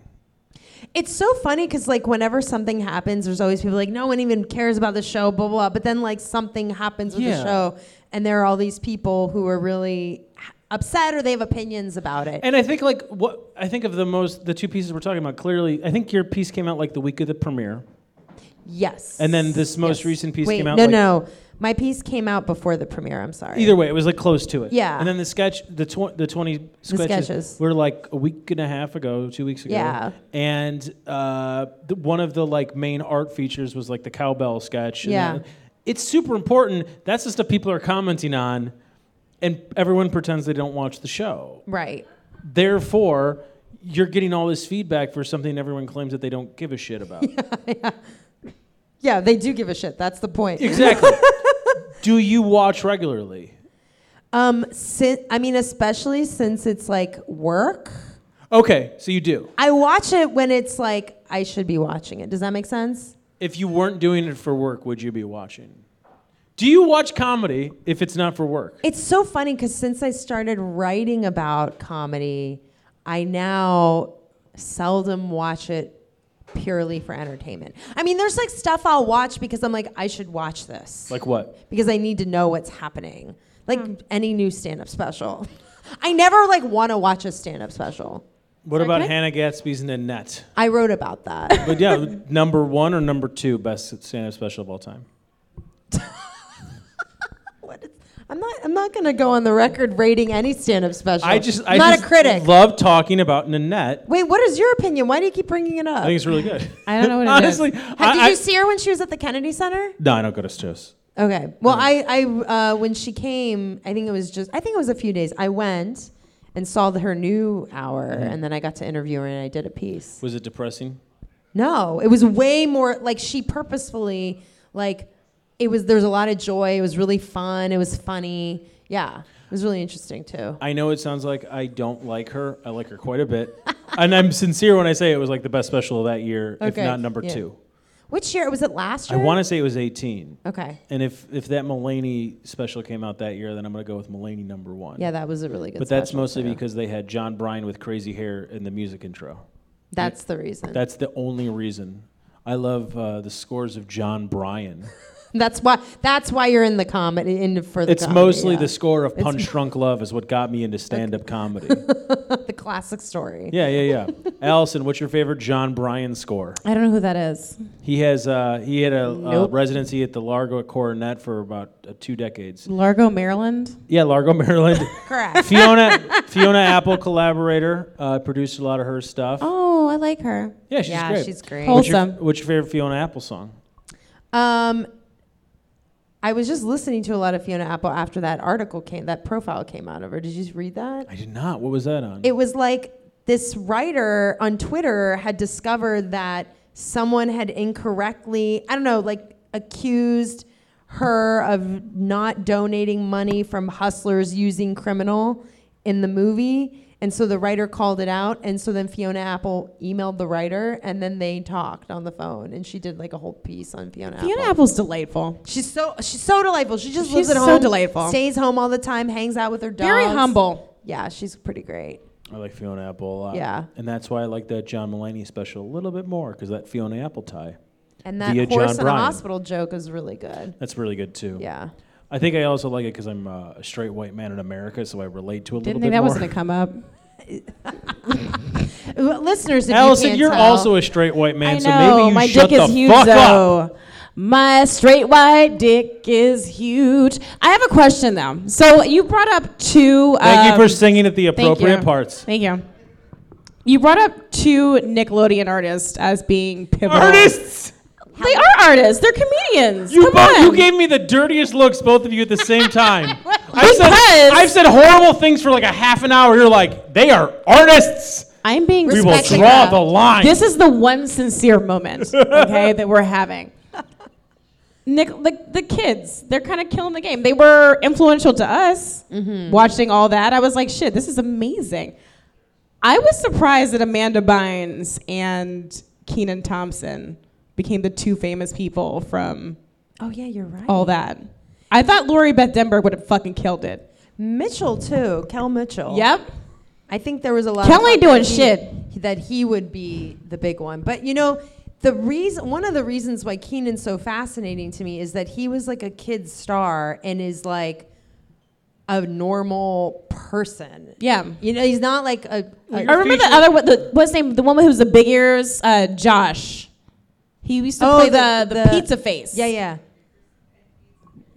Speaker 5: It's so funny cuz like whenever something happens there's always people like no one even cares about the show blah blah, blah. but then like something happens with
Speaker 2: Yeah.
Speaker 5: the show and there are all these people who are really h- upset or they have opinions about it.
Speaker 2: And I think like what I think of the most the two pieces we're talking about clearly. I think your piece came out like the week of the premiere.
Speaker 5: Yes.
Speaker 2: And then this most
Speaker 5: Yes.
Speaker 2: recent piece
Speaker 5: Wait,
Speaker 2: came out,
Speaker 5: No,
Speaker 2: like-
Speaker 5: no. My piece came out before the premiere. I'm sorry.
Speaker 2: Either way, it was like close to it.
Speaker 5: Yeah.
Speaker 2: And then the sketch, the tw- the twenty sketches,
Speaker 5: sketches.
Speaker 2: were like a week and a half ago, two weeks ago.
Speaker 5: Yeah.
Speaker 2: And uh, the, one of the like main art features was like the cowbell sketch. and
Speaker 5: Yeah.
Speaker 2: that- it's super important. That's the stuff people are commenting on, and everyone pretends they don't watch the show.
Speaker 5: Right.
Speaker 2: Therefore, you're getting all this feedback for something everyone claims that they don't give a shit about.
Speaker 5: Yeah, they do give a shit. That's the point.
Speaker 2: Exactly. Do you watch regularly?
Speaker 5: Um, sin- I mean, especially since it's like work.
Speaker 2: Okay, so you do.
Speaker 5: I watch it when it's like I should be watching it. Does that make sense?
Speaker 2: If you weren't doing it for work, would you be watching? Do you watch comedy if it's not for work?
Speaker 5: It's so funny because since I started writing about comedy, I now seldom watch it purely for entertainment. I mean, there's like stuff I'll watch because I'm like, I should watch this
Speaker 2: Like what?
Speaker 5: because I need to know what's happening. Like any new stand up special. I never like want to watch a stand up special.
Speaker 2: What
Speaker 4: Sorry,
Speaker 2: about
Speaker 4: can I-
Speaker 2: Hannah Gatsby's Nanette?
Speaker 5: I wrote about that.
Speaker 2: But yeah, number one or number two best stand-up special of all time.
Speaker 5: What is, I'm not. I'm not going to go on the record rating any stand-up special.
Speaker 2: I just
Speaker 5: I'm
Speaker 2: I
Speaker 5: not
Speaker 2: just
Speaker 5: a critic.
Speaker 2: Love talking about Nanette.
Speaker 5: Wait, what is your opinion? Why do you keep bringing it up?
Speaker 2: I think it's really good.
Speaker 4: I don't know what it is.
Speaker 2: Honestly,
Speaker 5: Have,
Speaker 2: I,
Speaker 5: did
Speaker 2: I-
Speaker 5: you see her when she was at the Kennedy Center?
Speaker 2: no, I don't go to shows.
Speaker 5: Okay. Well, I, I uh, when she came, I think it was just. I think it was a few days. I went and saw the, her new hour,
Speaker 2: Mm-hmm.
Speaker 5: and then I got to interview her, and I did a piece.
Speaker 2: Was it depressing?
Speaker 5: No, it was way more like she purposefully like it was there was a lot of joy, it was really fun, it was funny. Yeah. It was really interesting too.
Speaker 2: I know it sounds like I don't like her. I like her quite a bit, and I'm sincere when I say it was like the best special of that year, if
Speaker 5: Okay,
Speaker 2: not number
Speaker 5: yeah.
Speaker 2: two.
Speaker 5: Which year was it last
Speaker 2: I
Speaker 5: year?
Speaker 2: want to say it was 18.
Speaker 5: Okay.
Speaker 2: And if if that Mulaney special came out that year, then I'm gonna go with Mulaney number one.
Speaker 5: Yeah, that was a really good
Speaker 2: but that's
Speaker 5: special,
Speaker 2: mostly
Speaker 5: too.
Speaker 2: because they had John Bryan with crazy hair in the music intro.
Speaker 5: that's the reason.
Speaker 2: That's the only reason. I love uh, the scores of John Bryan.
Speaker 5: that's why that's why you're in the comedy in for the
Speaker 2: It's
Speaker 5: comedy,
Speaker 2: mostly
Speaker 5: yeah.
Speaker 2: the score of Punch Drunk Love is what got me into stand-up comedy.
Speaker 5: the classic story.
Speaker 2: yeah, yeah, yeah. Allison, what's your favorite John Bryan score?
Speaker 4: I don't know who that is.
Speaker 2: He has uh, he had a
Speaker 5: Nope.
Speaker 2: uh, residency at the Largo at Coronet for about uh, two decades.
Speaker 4: Largo, Maryland.
Speaker 2: Yeah, Largo, Maryland.
Speaker 5: Correct.
Speaker 2: Fiona Fiona Apple collaborator uh, produced a lot of her stuff.
Speaker 4: Oh, I like her.
Speaker 2: Yeah, she's
Speaker 5: yeah,
Speaker 2: great.
Speaker 5: she's great.
Speaker 4: Whole-
Speaker 2: What's your,
Speaker 4: Awesome.
Speaker 2: what's your favorite Fiona Apple song?
Speaker 5: Um I was just listening to a lot of Fiona Apple after that article came that profile came out of her. Did you read that?
Speaker 2: I did not. What was that on?
Speaker 5: it was like this writer on Twitter had discovered that someone had incorrectly, I don't know, like accused her of not donating money from hustlers using criminal in the movie. And so the writer called it out. And so then Fiona Apple emailed the writer and then they talked on the phone. And she did like a whole piece on Fiona Apple.
Speaker 4: Fiona Apple's delightful.
Speaker 5: She's so she's so delightful. She just
Speaker 4: She's
Speaker 5: lives at
Speaker 4: so
Speaker 5: home.
Speaker 4: delightful.
Speaker 5: Stays home all the time, hangs out with her dogs.
Speaker 4: Very humble.
Speaker 5: Yeah, she's pretty great.
Speaker 2: I like Fiona Apple a lot.
Speaker 5: Yeah.
Speaker 2: and that's why I like that John Mulaney special a little bit more because that Fiona Apple tie.
Speaker 5: And that
Speaker 2: via John
Speaker 5: horse in a
Speaker 2: Bryan.
Speaker 5: hospital joke is really good.
Speaker 2: That's really good too.
Speaker 5: Yeah.
Speaker 2: I think I also like it because I'm uh, a straight white man in America, so I relate to a little
Speaker 4: Didn't
Speaker 2: bit more.
Speaker 4: think that was going to come up.
Speaker 5: Well, Listeners, if you
Speaker 2: Allison,
Speaker 5: can't
Speaker 2: you're
Speaker 5: tell,
Speaker 2: also a straight white man,
Speaker 4: I
Speaker 2: so
Speaker 4: know.
Speaker 2: maybe you
Speaker 4: My
Speaker 2: shut
Speaker 4: dick
Speaker 2: the
Speaker 4: is huge,
Speaker 2: fuck up.
Speaker 4: though. My straight white dick is huge. I have a question though. So you brought up two.
Speaker 2: Thank
Speaker 4: um,
Speaker 2: you for singing at the
Speaker 4: thank
Speaker 2: appropriate
Speaker 4: you.
Speaker 2: parts.
Speaker 4: Thank you. You brought up two Nickelodeon artists as being pivotal.
Speaker 2: Artists.
Speaker 4: They are artists. They're comedians.
Speaker 2: You
Speaker 4: Come
Speaker 2: both,
Speaker 4: on.
Speaker 2: you gave me the dirtiest looks, both of you at the same time. I've said,
Speaker 4: Because-
Speaker 2: I've said horrible things for like a half an hour. You're like, they are artists.
Speaker 4: I'm being
Speaker 2: We will
Speaker 4: respectful.
Speaker 2: draw the line.
Speaker 4: This is the one sincere moment, okay, that we're having. Nick, the, the kids, they're kind of killing the game. They were influential to us watching all that. I was like, shit, this is amazing. I was surprised that Amanda Bynes and Keenan Thompson became the two famous people from
Speaker 5: Oh yeah, you're right.
Speaker 4: all that. I thought Lori Beth Denberg would have fucking killed it.
Speaker 5: Mitchell too, Kel Mitchell.
Speaker 4: Yep.
Speaker 5: I think there was a lot.
Speaker 4: Kel
Speaker 5: of talk
Speaker 4: ain't doing
Speaker 5: that he-
Speaker 4: shit.
Speaker 5: That he would be the big one, but you know, the reason one of the reasons why Keenan's so fascinating to me is that he was like a kid star and is like a normal person.
Speaker 4: Yeah.
Speaker 5: You know, he's not like a. a-
Speaker 4: I remember the other one. The, what's his name? The woman who was the big ears, uh, Josh. He used to
Speaker 5: Oh,
Speaker 4: play
Speaker 5: the-
Speaker 4: the, the,
Speaker 5: the-
Speaker 4: pizza face.
Speaker 5: Yeah, yeah.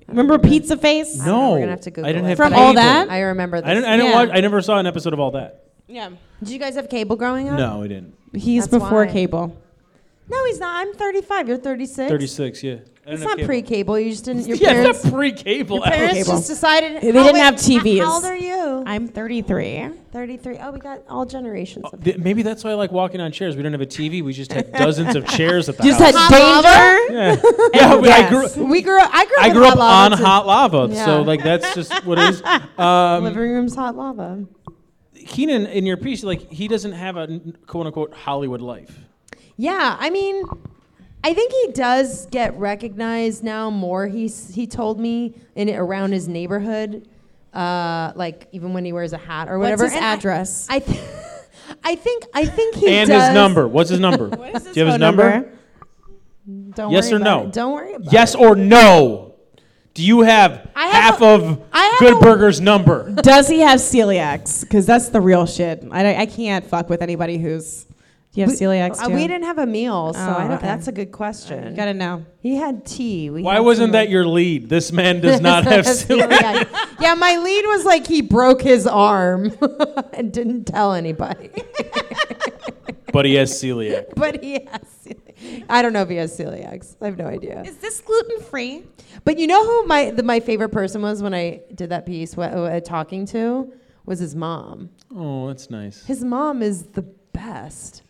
Speaker 4: Remember pizza face?
Speaker 5: don't know,
Speaker 2: No,
Speaker 5: we're gonna have to Google
Speaker 2: I didn't
Speaker 5: it.
Speaker 2: have
Speaker 4: From
Speaker 2: cable.
Speaker 4: all that?
Speaker 5: I remember this.
Speaker 2: I didn't. I didn't
Speaker 4: Yeah.
Speaker 2: watch. I never saw an episode of all that.
Speaker 4: Yeah.
Speaker 5: Did you guys have cable growing up?
Speaker 2: No, I didn't.
Speaker 4: He's
Speaker 5: That's
Speaker 4: before
Speaker 5: why.
Speaker 4: cable.
Speaker 5: No, he's not. I'm 35. You're 36.
Speaker 2: Thirty-six. Yeah. I didn't have
Speaker 5: It's not
Speaker 2: cable.
Speaker 5: pre-cable. You just didn't. Your
Speaker 2: Yeah,
Speaker 5: parents.
Speaker 2: it's not pre-cable.
Speaker 5: your parents
Speaker 4: Cable.
Speaker 5: just decided. oh,
Speaker 4: They didn't have TVs.
Speaker 5: How old are you?
Speaker 4: I'm 33.
Speaker 5: 33. Oh, we got all generations. Of
Speaker 2: Th- Maybe that's why I like walking on chairs. We didn't have a TV. We just had dozens of chairs at the
Speaker 4: Just
Speaker 2: house.
Speaker 4: had
Speaker 5: Hot lava?
Speaker 4: danger.
Speaker 2: yeah. yeah but I grew.
Speaker 5: we grew up. I grew up.
Speaker 2: I
Speaker 5: with
Speaker 2: grew up
Speaker 5: hot lava
Speaker 2: on
Speaker 5: too.
Speaker 2: hot lava,
Speaker 5: Yeah.
Speaker 2: so like that's just what it is. Um,
Speaker 5: Living room's hot lava.
Speaker 2: Keenan, in your piece, like he doesn't have a "quote unquote" Hollywood life.
Speaker 5: Yeah, I mean, I think he does get recognized now more. He's he told me in around his neighborhood, uh, like even when he wears a hat or
Speaker 4: What's
Speaker 5: whatever.
Speaker 4: his
Speaker 5: And I-
Speaker 4: address?
Speaker 5: I, th- I think I think he
Speaker 2: and
Speaker 5: does.
Speaker 2: his number. What's his number?
Speaker 4: is his
Speaker 2: Do you have his
Speaker 4: phone
Speaker 2: number?
Speaker 4: number?
Speaker 5: Don't
Speaker 2: Yes
Speaker 5: worry
Speaker 2: or
Speaker 5: about
Speaker 2: no?
Speaker 5: it. Don't worry about
Speaker 2: Yes or no? Do you have,
Speaker 5: I have
Speaker 2: half
Speaker 5: a-
Speaker 2: of
Speaker 5: I have
Speaker 2: Good
Speaker 5: a-
Speaker 2: Burger's number?
Speaker 4: Does he have celiacs? Because that's the real shit. I, don't- I can't fuck with anybody who's. Do you have
Speaker 5: it.
Speaker 4: celiacs
Speaker 5: Uh,
Speaker 4: too?
Speaker 5: we didn't have a meal, so
Speaker 4: Oh,
Speaker 5: I don't,
Speaker 4: okay.
Speaker 5: that's a good question.
Speaker 4: You gotta know.
Speaker 5: he had tea. We
Speaker 2: Why
Speaker 5: had
Speaker 2: wasn't
Speaker 5: some,
Speaker 2: that
Speaker 5: like-
Speaker 2: your lead? This man does not have celiac.
Speaker 5: celiac. yeah, my lead was like he broke his arm and didn't tell anybody.
Speaker 2: but he has celiac.
Speaker 5: but he has celiac. I don't know if he has celiacs. I have no idea.
Speaker 4: Is this gluten free?
Speaker 5: But you know who my the, my favorite person was when I did that piece? What, uh, talking to was his mom.
Speaker 2: Oh, that's nice.
Speaker 5: His mom is the best.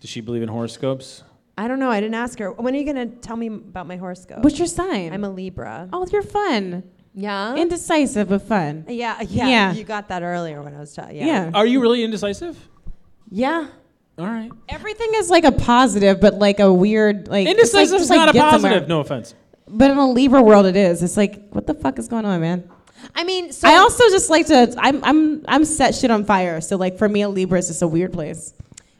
Speaker 2: Does she believe in horoscopes?
Speaker 5: I don't know. I didn't ask her. When are you gonna tell me about my horoscope?
Speaker 4: What's your sign?
Speaker 5: I'm a Libra.
Speaker 4: oh, you're fun.
Speaker 5: Yeah.
Speaker 4: Indecisive, but fun.
Speaker 5: yeah, yeah.
Speaker 4: Yeah.
Speaker 5: You got that earlier when I was talking.
Speaker 4: Yeah.
Speaker 2: Are you really indecisive?
Speaker 5: Yeah.
Speaker 2: All right.
Speaker 4: Everything is like a positive, but like a weird, like it's like-
Speaker 2: Indecisive is
Speaker 4: just, like,
Speaker 2: not a
Speaker 4: get
Speaker 2: positive.
Speaker 4: somewhere.
Speaker 2: No offense.
Speaker 4: But in a Libra world, it is. It's like, what the fuck is going on, man?
Speaker 5: I mean, so
Speaker 4: I also just like to. I'm I'm I'm set shit on fire. So like for me, a Libra is just a weird place.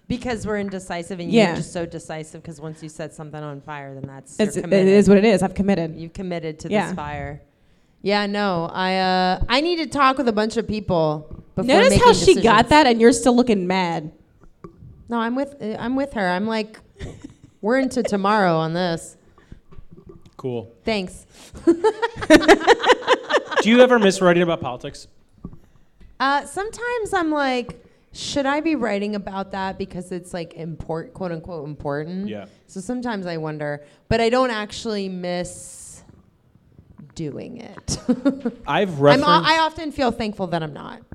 Speaker 5: because we're indecisive, and
Speaker 4: Yeah.
Speaker 5: you're just so decisive. Because once you set something on fire, then that's
Speaker 4: It's,
Speaker 5: you're
Speaker 4: it
Speaker 5: committed.
Speaker 4: is what it is. I've committed.
Speaker 5: You've committed to
Speaker 4: Yeah.
Speaker 5: this fire. Yeah, no, I uh, I need to talk with a bunch of people. Before
Speaker 4: Notice
Speaker 5: making
Speaker 4: how she
Speaker 5: decisions.
Speaker 4: got that, and you're still looking mad.
Speaker 5: No, I'm with uh, I'm with her. I'm like, we're into tomorrow on this.
Speaker 2: Cool.
Speaker 5: Thanks.
Speaker 2: Do you ever miss writing about politics?
Speaker 5: Uh, sometimes I'm like, should I be writing about that because it's like import quote unquote important?
Speaker 2: Yeah.
Speaker 5: So sometimes I wonder, but I don't actually miss doing it.
Speaker 2: I've
Speaker 5: I'm,
Speaker 2: referenced.
Speaker 5: I often feel thankful that I'm not.